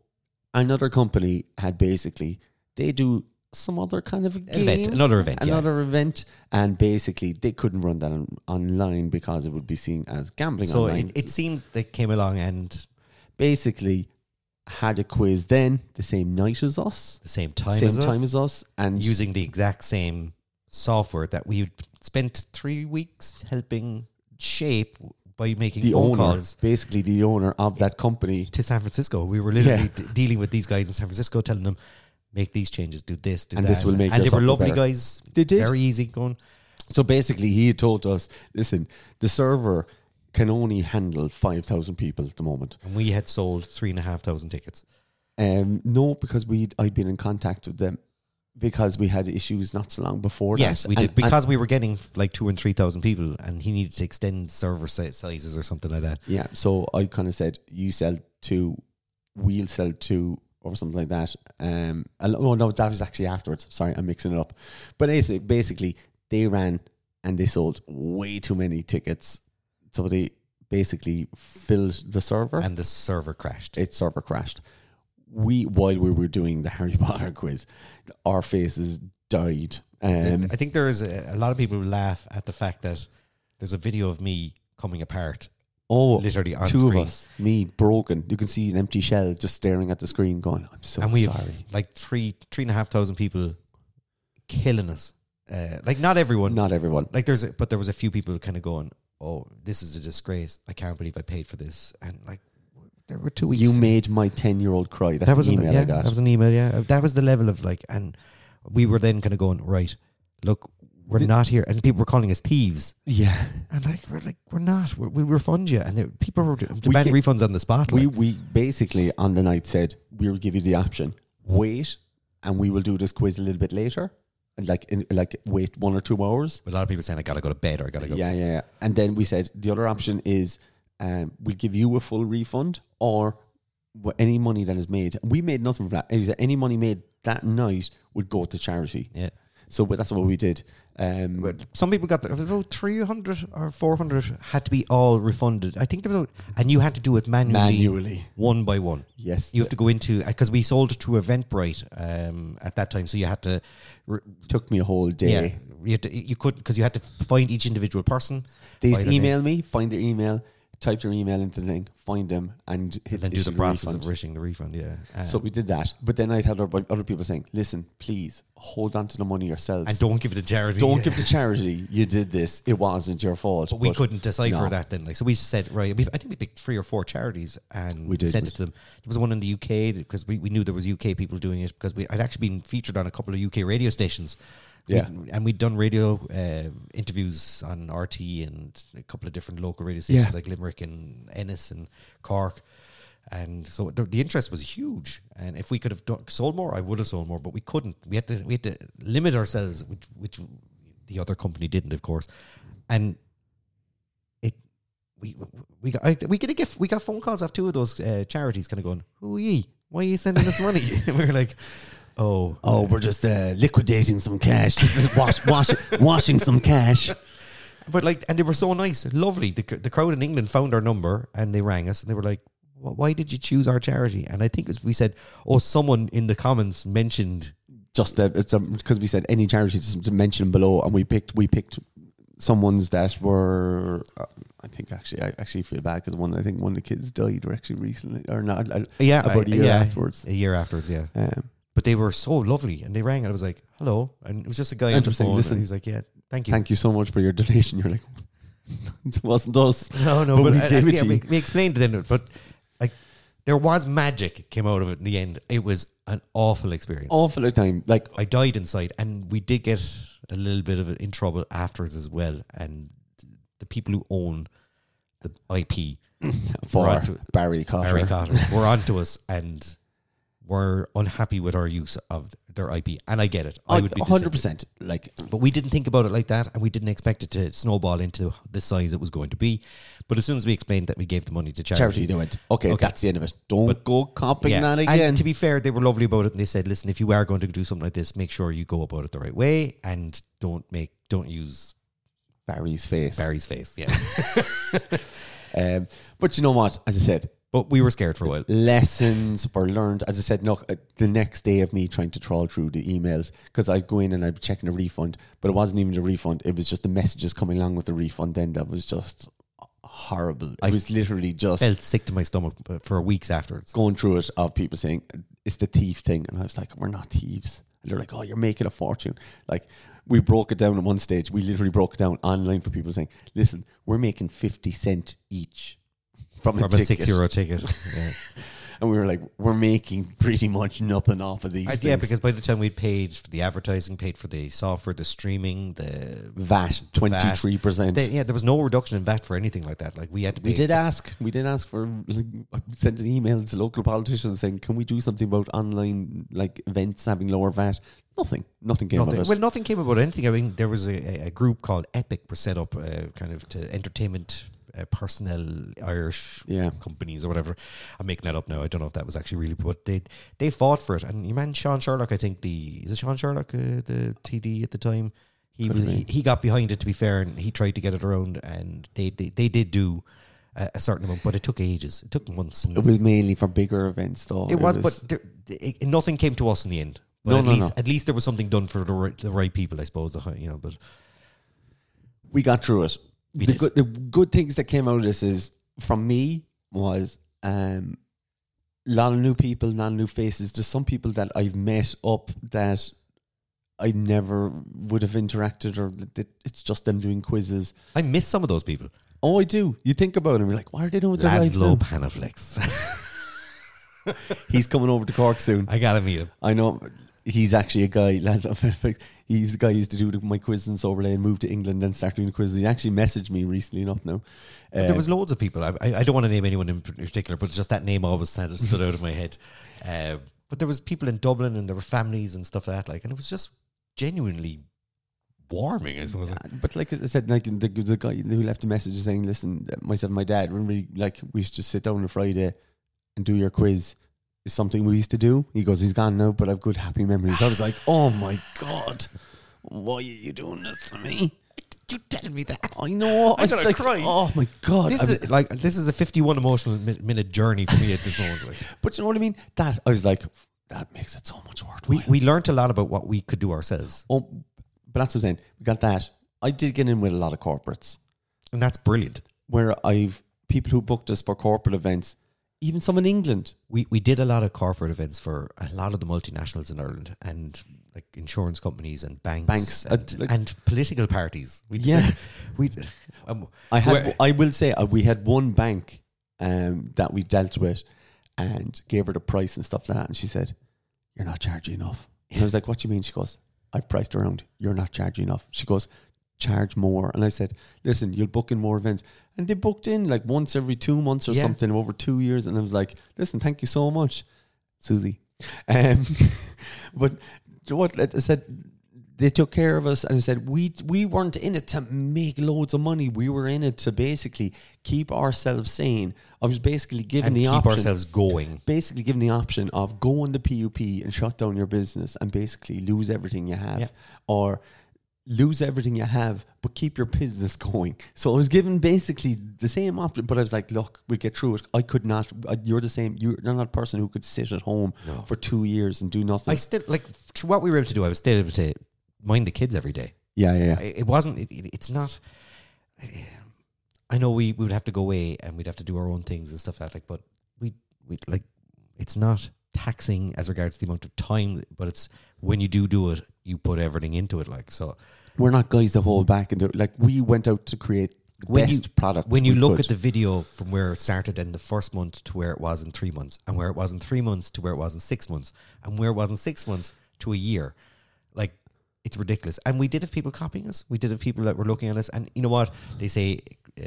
Speaker 1: another company had basically they do some other kind of game,
Speaker 2: Event, another event. yeah.
Speaker 1: another event, and basically they couldn't run that on, online because it would be seen as gambling
Speaker 2: So
Speaker 1: online.
Speaker 2: it, it seems they came along and
Speaker 1: basically had a quiz then the same night as us,
Speaker 2: the same time
Speaker 1: same
Speaker 2: as us,
Speaker 1: time as us, and
Speaker 2: using the exact same software that we spent three weeks helping shape by making
Speaker 1: The
Speaker 2: phone
Speaker 1: owner,
Speaker 2: calls
Speaker 1: basically the owner of that company.
Speaker 2: to San Francisco. We were literally
Speaker 1: Yeah.
Speaker 2: d- dealing with these guys in San Francisco, telling them, make these changes, do this, do
Speaker 1: And
Speaker 2: that.
Speaker 1: this will make
Speaker 2: And they
Speaker 1: your
Speaker 2: were lovely
Speaker 1: software better.
Speaker 2: guys.
Speaker 1: They did.
Speaker 2: Very easy going.
Speaker 1: So basically, he had told us, listen, the server can only handle 5,000 people at the moment.
Speaker 2: And we had sold three and a half thousand tickets.
Speaker 1: Um, no, because we I'd been in contact with them because we had issues not so long before
Speaker 2: Yes,
Speaker 1: that.
Speaker 2: we
Speaker 1: And-
Speaker 2: did. Because we were getting f- like two and three thousand people and he needed to extend server si- sizes or something like that.
Speaker 1: and- yeah, so I kind of said, you sell two, we'll sell two, or something like that. Um, and- oh no, that was actually afterwards. Sorry, I'm mixing it up. But basically, basically, they ran and they sold way too many tickets, so they basically filled the server.
Speaker 2: And the server crashed.
Speaker 1: its server crashed. We while we were doing the Harry *laughs* Potter quiz, our faces died. Um,
Speaker 2: I think there is a, a lot of people who laugh at the fact that there's a video of me coming apart,
Speaker 1: oh,
Speaker 2: literally on
Speaker 1: two
Speaker 2: screen.
Speaker 1: of us, me broken. You can see an empty shell just staring at the screen, going, "I'm so
Speaker 2: and we
Speaker 1: sorry."
Speaker 2: have like three, three and a half thousand people killing us. Uh, like not everyone,
Speaker 1: Not everyone.
Speaker 2: like there's, a, but there was a few people kind of going, "Oh, this is a disgrace. I can't believe I paid for this." And like, there were two weeks.
Speaker 1: You made my ten-year-old cry. That's
Speaker 2: that was
Speaker 1: the
Speaker 2: an,
Speaker 1: email
Speaker 2: yeah,
Speaker 1: I got.
Speaker 2: That was an email. Yeah, Uh, that was the level of like, and we were then kind of going, "Right, look, we're not here," and people were calling us thieves. *laughs*
Speaker 1: yeah,
Speaker 2: And like we're like we're not we we'll refund you, and there, people were demanding
Speaker 1: get-
Speaker 2: refunds on the spot.
Speaker 1: we
Speaker 2: like.
Speaker 1: we basically on the night said we will give you the option: wait, and we will do this quiz a little bit later, and like in, like wait one or two hours,
Speaker 2: a lot of people saying I gotta go to bed or I gotta go.
Speaker 1: Yeah, yeah, yeah. And then we said the other option is um, we'll give you a full refund or wh- any money that is made. We made nothing from that. It was that any money made that night would go to charity.
Speaker 2: yeah.
Speaker 1: So but that's what we did. Um,
Speaker 2: But some people got the, it was about three hundred or four hundred had to be all refunded. I think there was, a, and you had to do it manually,
Speaker 1: manually.
Speaker 2: one by one.
Speaker 1: Yes.
Speaker 2: You have to go into because we sold through Eventbrite um, at that time, so you had to re-
Speaker 1: took me a whole
Speaker 2: yeah,
Speaker 1: day.
Speaker 2: you, had to, you could because you had to find each individual person.
Speaker 1: They used
Speaker 2: by
Speaker 1: to
Speaker 2: their name,
Speaker 1: email me, find their email, type their email into the thing, find them, and hit
Speaker 2: and then do
Speaker 1: issue
Speaker 2: the process
Speaker 1: refund.
Speaker 2: of wishing the refund. Yeah, Uh,
Speaker 1: So we did that. But then I'd had other other people saying, listen, please hold on to the money yourselves.
Speaker 2: and don't give it to charity.
Speaker 1: Don't give to charity. You did this. It wasn't your fault.
Speaker 2: But we couldn't decipher
Speaker 1: no.
Speaker 2: that then. Like, so we said, right, we, I think we picked three or four charities and
Speaker 1: We did.
Speaker 2: sent it to them. There was one in the UK because we, we knew there was UK people doing it because we I'd actually been featured on a couple of UK radio stations. We-
Speaker 1: Yeah.
Speaker 2: and we'd done radio uh, interviews on RT and a couple of different local radio stations
Speaker 1: Yeah.
Speaker 2: like Limerick and Ennis and Cork. And so the, the interest was huge. And if we could have done, sold more, I would have sold more, but we couldn't. We had to we had to limit ourselves, which which the other company didn't, of course. And it we we got I, we get a gift. We got phone calls off two of those uh, charities, kind of going, "Who are ye? Why are you sending us money?" *laughs* and we were like, "Oh,
Speaker 1: Oh, we're just uh, liquidating some cash, just wash, wash, washing some cash.
Speaker 2: But like, and they were so nice, lovely. The, c- the crowd in England found our number and they rang us and they were like, "Wh- "Why did you choose our charity?" And I think it was, we said, "Oh, someone in the comments mentioned."
Speaker 1: Just because we said any charity just to mention below, and we picked we picked someone's that were. Uh, I think actually, I actually feel bad because one I think one of the kids died or actually recently or not I-
Speaker 2: Yeah,
Speaker 1: about a
Speaker 2: I-
Speaker 1: year
Speaker 2: yeah,
Speaker 1: afterwards.
Speaker 2: A year afterwards, yeah.
Speaker 1: Um,
Speaker 2: But they were so lovely, and they rang, and I was like, "Hello," and it was just a guy on the
Speaker 1: Interesting,
Speaker 2: phone.
Speaker 1: listen.
Speaker 2: And he was like, "Yeah, thank you."
Speaker 1: thank you so much for your donation. You're like, *laughs* it wasn't us.
Speaker 2: *laughs* No, no,
Speaker 1: But
Speaker 2: but,
Speaker 1: we
Speaker 2: I- I-
Speaker 1: gave it
Speaker 2: yeah,
Speaker 1: to
Speaker 2: we,
Speaker 1: you.
Speaker 2: we explained it then, but like there was magic came out of it in the end. It was an awful experience.
Speaker 1: Awful time. Like
Speaker 2: I died inside, and we did get a little bit of it in trouble afterwards as well. And the people who own the IP,
Speaker 1: for
Speaker 2: onto-
Speaker 1: Barry Cotter.
Speaker 2: Harry Cotter, *laughs* were onto us and were unhappy with our use of their IP. And I get it. I would be the same.
Speaker 1: hundred percent. Like
Speaker 2: But we didn't think about it like that, and we didn't expect it to snowball into the size it was going to be. But as soon as we explained that we gave the money to
Speaker 1: charity, they went. Okay, that's the end of it. Don't go copying that
Speaker 2: and
Speaker 1: again.
Speaker 2: to be fair, they were lovely about it, and they said, "Listen, if you are going to do something like this, make sure you go about it the right way, and don't make, don't use
Speaker 1: Barry's face.
Speaker 2: Barry's face." Yeah,
Speaker 1: Um, but you know what? As I said,
Speaker 2: but we were scared for
Speaker 1: *laughs*
Speaker 2: a while.
Speaker 1: lessons were learned. As I said, no, uh, the next day of me trying to trawl through the emails because I'd go in and I'd be checking a refund, but it wasn't even the refund. It was just the messages coming along with the refund. Then that was just horrible. I was literally just
Speaker 2: Felt sick to my stomach uh, for weeks afterwards.
Speaker 1: going through it of people saying it's the thief thing, and I was like, we're not thieves. And they're like, oh, you're making a fortune. Like we broke it down at one stage. We literally broke it down online for people saying, "Listen, we're making fifty cent each from,
Speaker 2: from
Speaker 1: a,
Speaker 2: a
Speaker 1: ticket.
Speaker 2: six
Speaker 1: *laughs*
Speaker 2: euro ticket. Yeah.
Speaker 1: and we were like, "We're making pretty much nothing off of these."
Speaker 2: I-
Speaker 1: things.
Speaker 2: Uh, yeah, because by the time we'd paid for the advertising, paid for the software, the streaming, the
Speaker 1: VAT twenty three percent.
Speaker 2: they, yeah, there was no reduction in VAT for anything like that. Like we had to pay.
Speaker 1: We did ask. We did ask for. Like, I sent an email to local politicians saying, "Can we do something about online like events having lower VAT?" Nothing. Nothing came
Speaker 2: Nothing.
Speaker 1: of it.
Speaker 2: Well, nothing came about anything. I mean, there was a- a, a group called Epic were set up, uh, kind of to entertainment uh, personnel, Irish
Speaker 1: Yeah.
Speaker 2: companies or whatever. I'm making that up now. I don't know if that was actually really, but they they fought for it. And your man Sean Sherlock, I think the is it Sean Sherlock, uh, the TD at the time. He, was, he he got behind it to be fair, and he tried to get it around, and they they, they did do a, a certain amount, but it took ages. It took months. and-
Speaker 1: it was mainly for bigger events, though.
Speaker 2: it was, but there, it, nothing came to us in the end. But
Speaker 1: No,
Speaker 2: at
Speaker 1: no,
Speaker 2: least,
Speaker 1: no.
Speaker 2: At least there was something done for the right, the right people, I suppose. the hi- You know, but
Speaker 1: we got through it. the
Speaker 2: did.
Speaker 1: good the good things that came out of this is from me was um a lot of new people, a lot of new faces. There's some people that I've met up that I never would have interacted or that it's just them doing quizzes.
Speaker 2: I miss some of those people.
Speaker 1: Oh, I do. You think about it and you're like, why are they doing with their lives
Speaker 2: Laszlo
Speaker 1: now?
Speaker 2: Panaflex. *laughs*
Speaker 1: He's coming over to Cork soon.
Speaker 2: I gotta meet him.
Speaker 1: I know he's actually a guy, *laughs* Laszlo Perfect. He's the guy who used to do the, my quiz in Soberlay and moved to England and started doing the quizzes. He actually messaged me recently enough now. Uh,
Speaker 2: There was loads of people. I, I, I don't want to name anyone in particular, but just that name always stand- stood out of my head. Uh, but there was people in Dublin, and there were families and stuff like that. Like, and it was just genuinely warming. I suppose.
Speaker 1: Uh, But like I said, like the, the guy who left a message saying, "Listen, uh, myself and my dad, when we like we used to sit down on a Friday and do your quiz, is something we used to do." He goes, "He's gone now, but I've good happy memories." I was like, "Oh my god, why are you doing this to me?"
Speaker 2: Did you tell me that?
Speaker 1: I know. I
Speaker 2: I'm
Speaker 1: was
Speaker 2: gonna
Speaker 1: like,
Speaker 2: cry.
Speaker 1: Oh my god!
Speaker 2: This
Speaker 1: I was-
Speaker 2: is like this is a 51 emotional mi- minute journey for me at this moment. Like.
Speaker 1: but you know what I mean? That I was like, that makes it so much worthwhile.
Speaker 2: We, we learnt a lot about what we could do ourselves,
Speaker 1: oh, but that's what I'm saying. We got that. I did get in with a lot of corporates.
Speaker 2: and that's brilliant.
Speaker 1: where I've people who booked us for corporate events, even some in England.
Speaker 2: We we did a lot of corporate events for a lot of the multinationals in Ireland, and like insurance companies and banks,
Speaker 1: Banks, uh,
Speaker 2: and,
Speaker 1: like-
Speaker 2: and political parties. We,
Speaker 1: Yeah.
Speaker 2: *laughs* we. Um,
Speaker 1: I had,
Speaker 2: where-
Speaker 1: I will say, uh, we had one bank um, that we dealt with, and gave her the price and stuff like that, and she said, "You're not charging enough." And I was like, "What do you mean?" She goes, "I've priced around. You're not charging enough." She goes, "Charge more." And I said, "Listen, you'll book in more events." And they booked in like once every two months or
Speaker 2: Yeah.
Speaker 1: something over two years, and I was like, "Listen, thank you so much, Susie." Um, *laughs* but you know what I said, they took care of us and said we we weren't in it to make loads of money. We were in it to basically keep ourselves sane. I was basically given
Speaker 2: and
Speaker 1: the
Speaker 2: keep
Speaker 1: option,
Speaker 2: ourselves going.
Speaker 1: basically given the option of go on the PUP and shut down your business and basically lose everything you have,
Speaker 2: Yeah.
Speaker 1: or lose everything you have but keep your business going. So I was given basically the same option, but I was like, look, we'll get through it. I could not. I, you're the same. You're not a person who could sit at home for two years and do nothing.
Speaker 2: I still like tr- what we were able to do. I was still able to mind the kids every day.
Speaker 1: yeah, yeah, yeah.
Speaker 2: I- It wasn't. It, it- it's not. I know we, we would have to go away and we'd have to do our own things and stuff like that. Like, but we we like it's not taxing as regards to the amount of time, but it's when you do do it, you put everything into it. Like so,
Speaker 1: we're not guys that hold back and do, like we went out to create the
Speaker 2: When
Speaker 1: best
Speaker 2: you-
Speaker 1: product.
Speaker 2: when you
Speaker 1: we
Speaker 2: look
Speaker 1: could.
Speaker 2: at the video from where it started in the first month to where it was in three months, and where it was in three months to where it was in six months, and where it was in six months to a year, like it's ridiculous. And we did have people copying us. We did have people that were looking at us. And you know what they say: uh,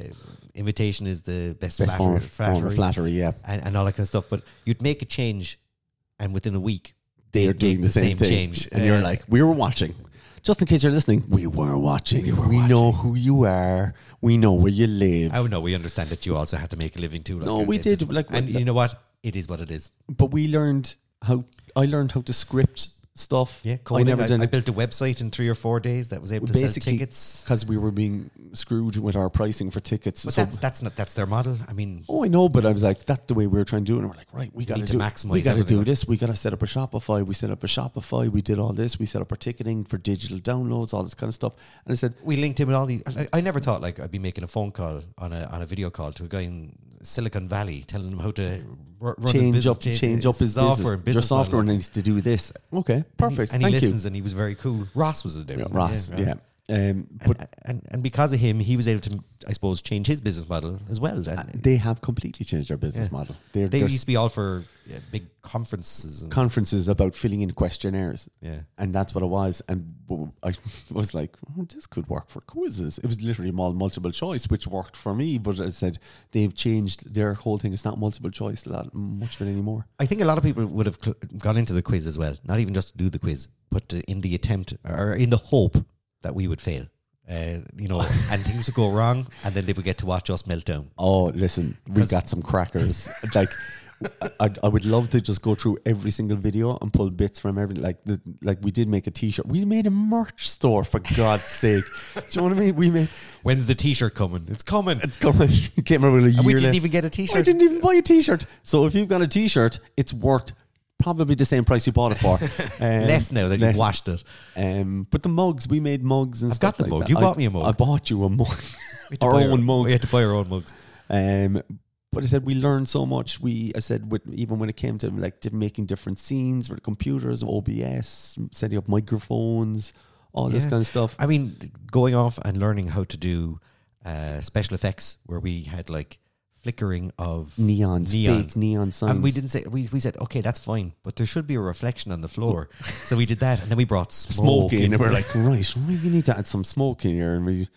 Speaker 2: imitation is the best,
Speaker 1: best form
Speaker 2: flattery.
Speaker 1: of, form of
Speaker 2: flattery
Speaker 1: flattery, yeah,
Speaker 2: and, and all that kind of stuff. But you'd make a change, and within a week
Speaker 1: they
Speaker 2: they'd
Speaker 1: are doing
Speaker 2: make
Speaker 1: the same, thing.
Speaker 2: change.
Speaker 1: and you're
Speaker 2: Uh,
Speaker 1: like, we were watching. Just in case you're listening, we were watching. We,
Speaker 2: were
Speaker 1: know who you are. We know where you live.
Speaker 2: oh no, we understand that you also had to make a living too. Like,
Speaker 1: No,
Speaker 2: and
Speaker 1: we
Speaker 2: it's just-
Speaker 1: did, like,
Speaker 2: and
Speaker 1: like-
Speaker 2: you know what? It is what it is.
Speaker 1: but we learned how. I learned how to script stuff.
Speaker 2: Yeah,
Speaker 1: I
Speaker 2: coding.
Speaker 1: never
Speaker 2: I,
Speaker 1: did.
Speaker 2: I
Speaker 1: it.
Speaker 2: built a website in three or four days that was able to sell
Speaker 1: Basically,
Speaker 2: tickets.
Speaker 1: because we were being screwed with our pricing for tickets.
Speaker 2: But
Speaker 1: so,
Speaker 2: that's that's not that's their model. I mean,
Speaker 1: oh, I know, but I was like, that's the way we were trying to do it. And we're like, right, we got
Speaker 2: need to
Speaker 1: do
Speaker 2: maximize
Speaker 1: We got to
Speaker 2: everything.
Speaker 1: do this. We got to set up a Shopify. We set up a Shopify. We did all this. We set up our ticketing for digital downloads, all this kind of stuff. And I said,
Speaker 2: we linked in with all these. I, I never thought like I'd be making a phone call on a on a video call to a guy in Silicon Valley telling him how to r- run his
Speaker 1: change
Speaker 2: business,
Speaker 1: up, change up his
Speaker 2: software
Speaker 1: business.
Speaker 2: and business
Speaker 1: Your software
Speaker 2: model.
Speaker 1: needs to do this. Okay, Okay, perfect.
Speaker 2: And he
Speaker 1: Thank
Speaker 2: listens, and he was very cool. Ross was his name.
Speaker 1: you.
Speaker 2: wasn't
Speaker 1: Ross,
Speaker 2: it?
Speaker 1: yeah. Um, but
Speaker 2: And, and and because of him, he was able to, I suppose, change his business model as well. And
Speaker 1: they have completely changed their business model. They're,
Speaker 2: they
Speaker 1: they're
Speaker 2: used to be all for yeah, big conferences. And,
Speaker 1: conferences about filling in questionnaires.
Speaker 2: yeah,
Speaker 1: And that's what it was. And boom, I *laughs* was like, oh, this could work for quizzes. It was literally all multiple choice, which worked for me. But as I said, they've changed their whole thing. It's not multiple choice, not much of it anymore.
Speaker 2: I think a lot of people would have cl- gone into the quiz as well, not even just to do the quiz, but to, in the attempt or in the hope that we would fail. Uh,
Speaker 1: *laughs*
Speaker 2: you know, and things would go wrong, and then they would get to watch us melt down.
Speaker 1: Oh, listen, we got some crackers. like, I, I would love to just go through every single video and pull bits from every like the like we did make a T-shirt. We made a merch store for God's sake. Do you know what I mean? We made
Speaker 2: When's the T-shirt coming? It's coming.
Speaker 1: it's *laughs* coming. Can't remember a year.
Speaker 2: and we didn't
Speaker 1: left.
Speaker 2: even get a
Speaker 1: I
Speaker 2: T-shirt.
Speaker 1: didn't even buy a T-shirt. So if you've got a T-shirt, it's worth probably the same price you bought it
Speaker 2: *laughs*
Speaker 1: for. Um,
Speaker 2: Less now that
Speaker 1: less.
Speaker 2: you washed it.
Speaker 1: Um, but the mugs, we made mugs and
Speaker 2: I've
Speaker 1: stuff
Speaker 2: got
Speaker 1: like
Speaker 2: the mug.
Speaker 1: that.
Speaker 2: You
Speaker 1: I-
Speaker 2: bought me a mug.
Speaker 1: I bought you a mug.
Speaker 2: *laughs* We had to
Speaker 1: Our
Speaker 2: buy
Speaker 1: own mug.
Speaker 2: We had to buy our own mugs.
Speaker 1: Um, but I said we learned so much. We I said with, even when it came to like di- making different scenes with computers, OBS, setting up microphones, all this
Speaker 2: Yeah.
Speaker 1: kind of stuff.
Speaker 2: I mean, going off and learning how to do uh, special effects where we had like flickering of
Speaker 1: Neons,
Speaker 2: Neons.
Speaker 1: fake neon signs.
Speaker 2: And we didn't say we, we said okay that's fine but there should be a reflection on the floor so we did that and then
Speaker 1: *laughs*
Speaker 2: we brought smoke,
Speaker 1: smoking, and we were like, right, we need to add some smoke in here, and we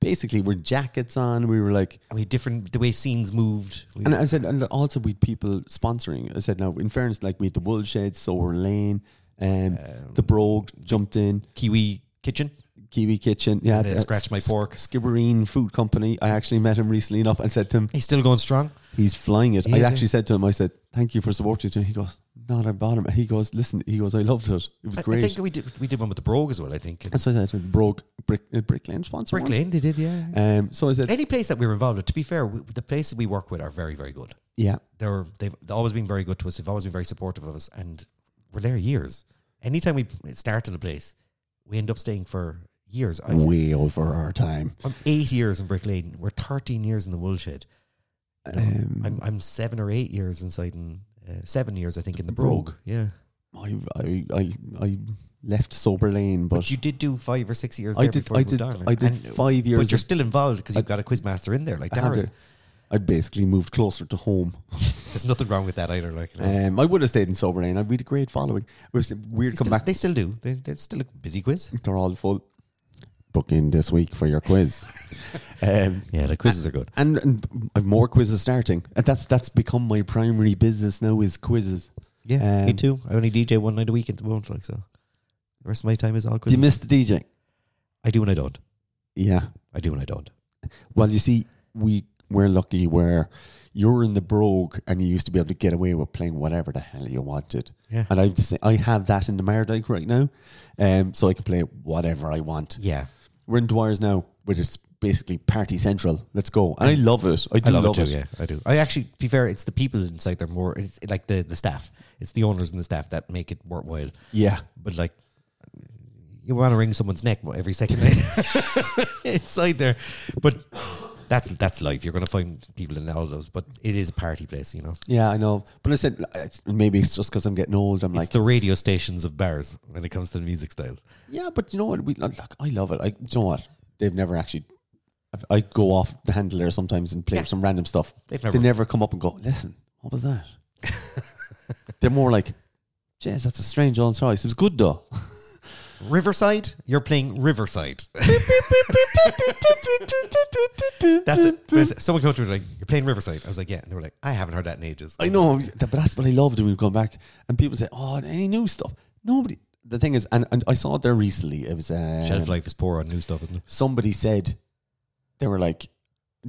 Speaker 1: basically were jackets on. We were like,
Speaker 2: I mean different the way scenes moved we,
Speaker 1: And uh, I said, and also we had people sponsoring. I said, now in fairness, like we had the Woolshed, Sower Lane, um, the Brogue jumped in,
Speaker 2: Kiwi Kitchen
Speaker 1: Kiwi Kitchen, yeah,
Speaker 2: uh,
Speaker 1: uh,
Speaker 2: Scratch My Pork
Speaker 1: Skibbereen Food Company. I actually met him recently enough and said to him,
Speaker 2: he's still going strong
Speaker 1: he's flying it. I
Speaker 2: Is he?
Speaker 1: actually said to him, I said, thank you for supporting us. He goes, not a bottom. He goes, listen, he goes, I loved it. It was
Speaker 2: I, I
Speaker 1: great.
Speaker 2: think we did we did one with the Brogue as well I think
Speaker 1: That's what I said to him, Brogue, Brick, uh, Brick Lane sponsor.
Speaker 2: Brick Lane they did yeah
Speaker 1: Um, so I said,
Speaker 2: any place that we were involved with to be fair we, the places we work with are very very good
Speaker 1: yeah,
Speaker 2: they're they've always been very good to us. They've always been very supportive of us, and we're there years. Anytime we start in a place, we end up staying for years. I,
Speaker 1: way over our time.
Speaker 2: I'm eight years in Brick Lane. We're thirteen years in the Woolshed. You know,
Speaker 1: Um,
Speaker 2: I'm I'm seven or eight years inside, in, uh, seven years I think in the Brogue.
Speaker 1: Brogue.
Speaker 2: Yeah,
Speaker 1: I, I, I, I left Sober Lane,
Speaker 2: but,
Speaker 1: but
Speaker 2: you did do five or six years.
Speaker 1: I
Speaker 2: There
Speaker 1: did.
Speaker 2: Before
Speaker 1: I
Speaker 2: you moved
Speaker 1: did.
Speaker 2: on,
Speaker 1: I did
Speaker 2: and-
Speaker 1: five years.
Speaker 2: But you're
Speaker 1: of-
Speaker 2: still involved because you've got a quizmaster in there, like
Speaker 1: I had
Speaker 2: Darren.
Speaker 1: it. I basically moved closer to home.
Speaker 2: There's nothing wrong with that either. Like, you know.
Speaker 1: Um, I would have stayed in Sober Lane. I'd be a great following. It was weird.
Speaker 2: They
Speaker 1: Come
Speaker 2: still-
Speaker 1: back.
Speaker 2: They still do. They, they're still a busy quiz.
Speaker 1: They're all full. Book in this week for your quiz. um,
Speaker 2: Yeah, the quizzes are good.
Speaker 1: and, and I've more quizzes starting. And that's that's become my primary business now is quizzes.
Speaker 2: Yeah, me
Speaker 1: Um,
Speaker 2: too. I only DJ one night a week at the moment, like so. The rest of my time is all
Speaker 1: Do you
Speaker 2: quizzes.
Speaker 1: miss the DJ?
Speaker 2: I do and I don't.
Speaker 1: Yeah.
Speaker 2: I do and I don't.
Speaker 1: Well, you see, we we're lucky where you're in the brogue and you used to be able to get away with playing whatever the hell you wanted.
Speaker 2: Yeah.
Speaker 1: And I've just, I have that in the Mardyke right now, um, so I can play whatever I want.
Speaker 2: Yeah,
Speaker 1: We're in Dwyer's now, where it's basically party central. Let's go, and I love it. I do
Speaker 2: I love, it too. Yeah, I do. I actually, to be fair, it's the people inside there more. It's like the the staff. It's the owners and the staff that make it worthwhile.
Speaker 1: Yeah.
Speaker 2: But like, you want to wring someone's neck every second *laughs* day inside there. But that's that's life. You're going to find people in all those. But it is a party place, you know.
Speaker 1: Yeah, I know. But I said it's- maybe it's just because I'm getting old. I'm like,
Speaker 2: it's the radio stations of bars when it comes to the music style.
Speaker 1: yeah, but you know what? We look, I love it. I, do you know what? They've never actually. I I go off the handle there sometimes and play
Speaker 2: Yeah.
Speaker 1: some random stuff.
Speaker 2: They've
Speaker 1: they
Speaker 2: never
Speaker 1: never come up and go, listen, what was
Speaker 2: *laughs*
Speaker 1: that? They're more like, Jez, that's a strange old choice. It was good though.
Speaker 2: Riverside, you're playing Riverside. *laughs*
Speaker 1: *laughs*
Speaker 2: That's it. That's it. Someone came up to me like, "You're playing Riverside." I was like, "Yeah," and they were like, "I haven't heard that in ages."
Speaker 1: I know, but that's what I loved when we've gone back and people say, oh, any new stuff? Nobody. The thing is, and, and I saw it there recently. It was
Speaker 2: Shelf
Speaker 1: uh,
Speaker 2: life is poor on new stuff, isn't it?
Speaker 1: somebody said, they were like,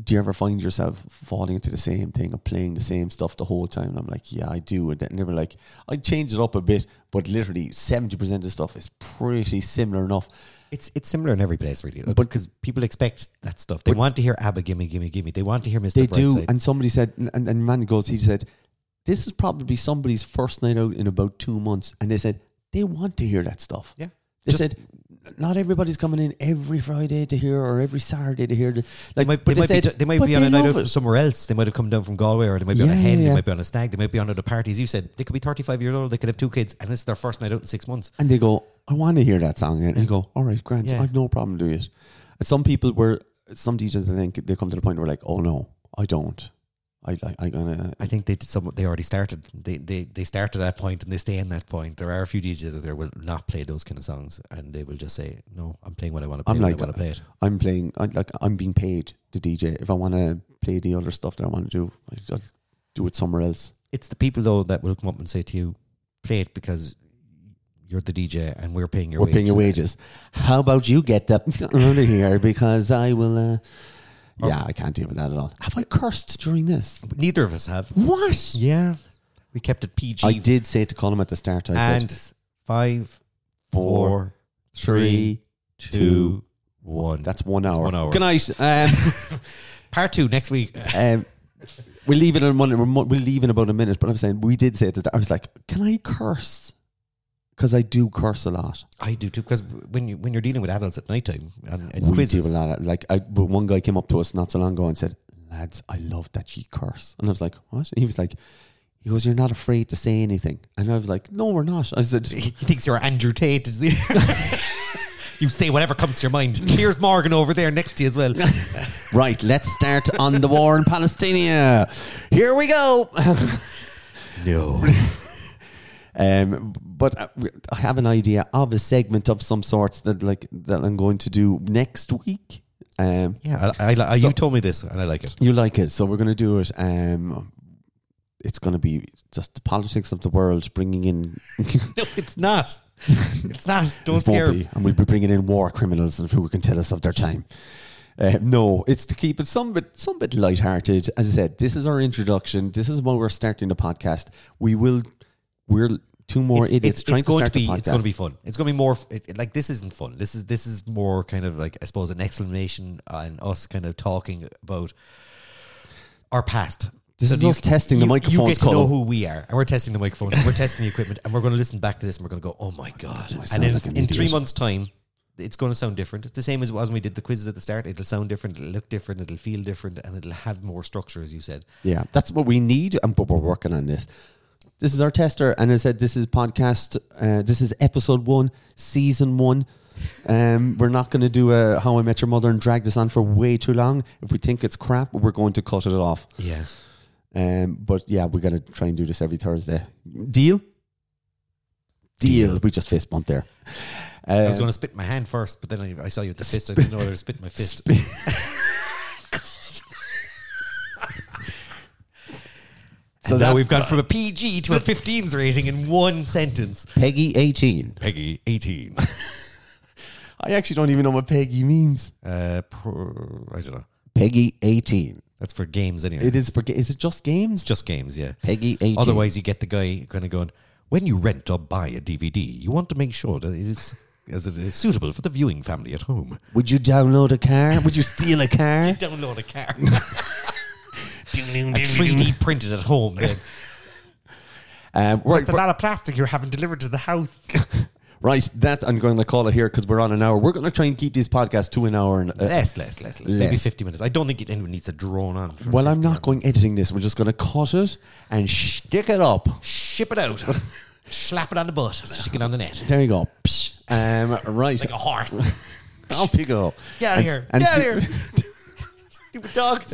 Speaker 1: do you ever find yourself falling into the same thing and playing the same stuff the whole time? And I'm like, yeah, I do. And they were like, I changed it up a bit, but literally 70% of the stuff is pretty similar enough.
Speaker 2: It's it's similar in every place, really.
Speaker 1: Mm.
Speaker 2: But because people expect that stuff, they want to hear ABBA, "Gimme, Gimme, Gimme." They want to hear Mr.
Speaker 1: They do.
Speaker 2: Brightside.
Speaker 1: And somebody said, and- and, and Mandy goes, he said, this is probably somebody's first night out in about two months. And they said, they want to hear that stuff.
Speaker 2: Yeah.
Speaker 1: They
Speaker 2: Just-
Speaker 1: said, not everybody's coming in every Friday to hear or every Saturday to hear. The, like,
Speaker 2: They might, they
Speaker 1: they
Speaker 2: might
Speaker 1: said-
Speaker 2: be, they might
Speaker 1: but
Speaker 2: be on
Speaker 1: they
Speaker 2: a night
Speaker 1: love
Speaker 2: out
Speaker 1: it.
Speaker 2: from somewhere else. They might have come down from Galway, or they might be on a
Speaker 1: Yeah,
Speaker 2: hen.
Speaker 1: yeah.
Speaker 2: They might be on a stag. They might be on other parties. You said they could be thirty-five years old. They could have two kids, and it's their first night out in six months.
Speaker 1: and they go, I want to hear that song. And you go, all right, Grant,
Speaker 2: Yeah.
Speaker 1: I've no problem doing it. And some people were, some DJs, I think they come to the point where like, oh no, I don't. I, I, I gonna,
Speaker 2: I think they did some. They already started. They they they start at that point and they stay in that point. There are a few DJs out there will not play those kind of songs, and they will just say, "No, I'm playing what I want to play.
Speaker 1: I'm
Speaker 2: when
Speaker 1: like
Speaker 2: I want
Speaker 1: that.
Speaker 2: to play it."
Speaker 1: I'm playing, I, like, I'm being paid to DJ. If I want to play the other stuff that I want to do, I, I'll do it somewhere else.
Speaker 2: It's the people though that will come up and say to you, "Play it because you're the DJ and we're paying your
Speaker 1: We're
Speaker 2: wage."
Speaker 1: paying your wages. How about you get that out of here because I will, uh,
Speaker 2: Oh.
Speaker 1: yeah, I can't deal with that at all. Have I cursed during this?
Speaker 2: But Neither of us have.
Speaker 1: What?
Speaker 2: Yeah, we kept it PG.
Speaker 1: I did say to Colin at the start, I
Speaker 2: and
Speaker 1: said,
Speaker 2: five,
Speaker 1: four,
Speaker 2: four,
Speaker 1: three, two,
Speaker 2: two, one.
Speaker 1: That's one hour.
Speaker 2: one hour.
Speaker 1: Good night. Um,
Speaker 2: *laughs* part two next week.
Speaker 1: um, we'll leave it in one. We'll leave in about a minute. But I'm saying we did say it. to the- I was like, can I curse? Because I do curse a lot.
Speaker 2: I do too because when you when you're dealing with adults at nighttime and, and
Speaker 1: We
Speaker 2: quizzes,
Speaker 1: do a lot. Of, like I, but one guy came up to us not so long ago and said, "Lads, I love that she curse." And I was like, "What?" he was like, "He goes, you're not afraid to say anything." And I was like, "No, we're not." I said,
Speaker 2: he thinks you're Andrew Tate. *laughs* you say whatever comes to your mind. Here's Morgan over there next to you
Speaker 1: *laughs*
Speaker 2: as well.
Speaker 1: "Right, let's start on the war in Palestine. Here we go."
Speaker 2: no,
Speaker 1: Um, but I- I have an idea of a segment of some sorts that like that I'm going to do next week. Um,
Speaker 2: yeah, I, I, I,
Speaker 1: So-
Speaker 2: you told me this and I like it.
Speaker 1: you like it, so we're going to do it. Um, it's going to be just the politics of the world, bringing in
Speaker 2: *laughs* No, it's not.
Speaker 1: *laughs*
Speaker 2: It's not. Don't
Speaker 1: It
Speaker 2: scare
Speaker 1: won't
Speaker 2: me.
Speaker 1: be, and we'll be bringing in war criminals and who can tell us of their time. Uh, no, it's to keep it some bit, some bit lighthearted. As I said, this is our introduction. This is why we're starting the podcast. We will, we're two more idiots trying to
Speaker 2: going
Speaker 1: start
Speaker 2: be
Speaker 1: the podcast.
Speaker 2: it's going to be fun. It's going to be more f- it, it- like this isn't fun. This is this is more kind of like I suppose an explanation and us kind of talking about our past.
Speaker 1: This is us testing the
Speaker 2: You
Speaker 1: microphones,
Speaker 2: get to know
Speaker 1: Colin.
Speaker 2: who we are, and we're testing the microphones, and we're testing the equipment, and we're going to listen back to this, and we're going to go, "Oh my god!"
Speaker 1: sound
Speaker 2: And in,
Speaker 1: like an
Speaker 2: in three
Speaker 1: idiot.
Speaker 2: months' time, it's going to sound different. It's The same as it was when we did the quizzes at the start. It'll sound different. It'll look different. It'll feel different, and it'll have more structure, as you said.
Speaker 1: Yeah, that's what we need, and but we're working on this. This is our tester, and I said this is podcast. Uh, this is episode one, season one. Um, we're not going to do a How I Met Your Mother and drag this on for way too long. If we think it's crap, we're going to cut it off.
Speaker 2: Yeah.
Speaker 1: Um, but yeah, we're going to try and do this every Thursday. Deal. Deal.
Speaker 2: Deal.
Speaker 1: We just fist bumped there.
Speaker 2: I was
Speaker 1: Uh,
Speaker 2: going to spit my hand first, but then I, I saw you with the fist. I didn't know whether to spit my fist.
Speaker 1: *laughs* So
Speaker 2: So now
Speaker 1: that-
Speaker 2: we've gone from a PG to a 15s rating in one sentence.
Speaker 1: Peggy eighteen.
Speaker 2: Peggy 18.
Speaker 1: I actually don't even know what Peggy means.
Speaker 2: Uh, pro- I don't know.
Speaker 1: Peggy eighteen.
Speaker 2: That's for games anyway.
Speaker 1: It is for. ga- Is it just games?
Speaker 2: It's just games, yeah.
Speaker 1: Peggy eighteen.
Speaker 2: Otherwise, you get the guy kind of going, when you rent or buy a DVD, you want to make sure that it is as it is suitable for the viewing family at home.
Speaker 1: Would you download a car? Would you steal a
Speaker 2: *laughs*
Speaker 1: car?
Speaker 2: Download a car. a 3D printed at home. man.
Speaker 1: Um, right,
Speaker 2: It's a lot of plastic you're having delivered to the house.
Speaker 1: right. That I'm going to call it here because we're on an hour. We're going to try and keep these podcasts to an hour. And, uh,
Speaker 2: *laughs* less, less, less, less. Maybe
Speaker 1: Less.
Speaker 2: 50 minutes. I don't think it, anyone needs to drone on. for
Speaker 1: well, I'm
Speaker 2: 50
Speaker 1: not going editing this. We're just going to cut it and stick it up.
Speaker 2: ship it out, slap it on the *laughs* butt, stick it on the net
Speaker 1: There you go. Psh. Um, right.
Speaker 2: like a horse.
Speaker 1: *laughs* Off you go.
Speaker 2: Get
Speaker 1: And-
Speaker 2: out of here!
Speaker 1: and
Speaker 2: Get out of
Speaker 1: see-
Speaker 2: here! *laughs* Stupid *laughs* dog.
Speaker 1: *laughs*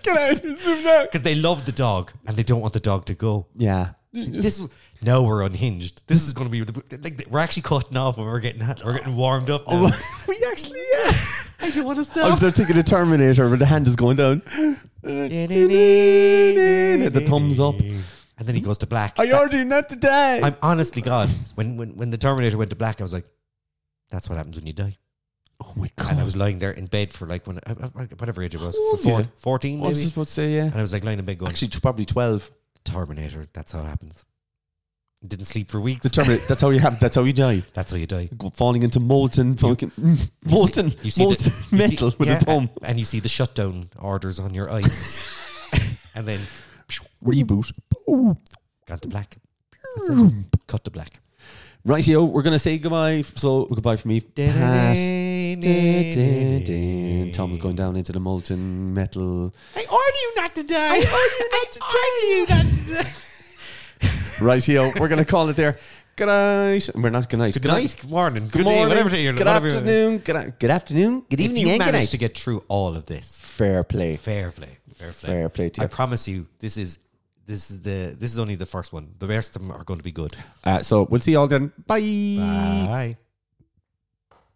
Speaker 1: Get out of here, zoom out.
Speaker 2: Because they love the dog and they don't want the dog to go.
Speaker 1: Yeah. *laughs*
Speaker 2: This now we're unhinged. This is going to be the, like, we're actually cutting off when we're getting hot. We're getting warmed up. Now.
Speaker 1: *laughs* we actually, yeah.
Speaker 2: *laughs* I don't want to
Speaker 1: Oh, I was
Speaker 2: stop.
Speaker 1: there thinking of Terminator, but the hand is going down. *laughs* the thumbs up.
Speaker 2: and then he goes to black.
Speaker 1: I order you not to die.
Speaker 2: I'm honestly God. When, when when the Terminator went to black, I was like, "That's what happens when you die."
Speaker 1: oh my
Speaker 2: And I
Speaker 1: god.
Speaker 2: was lying there in bed for like when I- I- I- whatever age it was,
Speaker 1: old
Speaker 2: for four,
Speaker 1: were you?
Speaker 2: 14
Speaker 1: I was
Speaker 2: maybe.
Speaker 1: just about to say, yeah.
Speaker 2: And I was like lying in bed going,
Speaker 1: Actually, t- probably 12.
Speaker 2: Terminator. That's how it happens. Didn't sleep for weeks.
Speaker 1: The Terminator. that's how you have. That's how you die.
Speaker 2: that's how you die.
Speaker 1: Go- Falling into molten, fucking *laughs* molten, molten
Speaker 2: you see-
Speaker 1: metal with
Speaker 2: yeah,
Speaker 1: a thumb.
Speaker 2: And you see the shutdown orders on your eyes,
Speaker 1: *laughs*
Speaker 2: and then
Speaker 1: Reboot. Boom.
Speaker 2: gone to black. That's it. Cut to black.
Speaker 1: Rightio, we're gonna say goodbye. So goodbye from me.
Speaker 2: *laughs*
Speaker 1: Pass. Tom's going down into the molten metal.
Speaker 2: I order you not to die. I order you not to die.
Speaker 1: *laughs* Rightio, we're gonna call it there. Good night. We're not good night.
Speaker 2: Good night, good morning, good,
Speaker 1: Good
Speaker 2: day,
Speaker 1: morning.
Speaker 2: whatever day you're
Speaker 1: Good
Speaker 2: whatever you're-
Speaker 1: afternoon. Good, a- good afternoon. Good
Speaker 2: If
Speaker 1: evening.
Speaker 2: you
Speaker 1: And good
Speaker 2: manage
Speaker 1: night.
Speaker 2: to get through all of this,
Speaker 1: Fair play.
Speaker 2: fair play, fair play,
Speaker 1: Fair play to
Speaker 2: I
Speaker 1: you.
Speaker 2: promise you, this is this is the this is only the first one. The rest of them are going to be good.
Speaker 1: Uh, so we'll see you all then. Bye.
Speaker 2: Bye.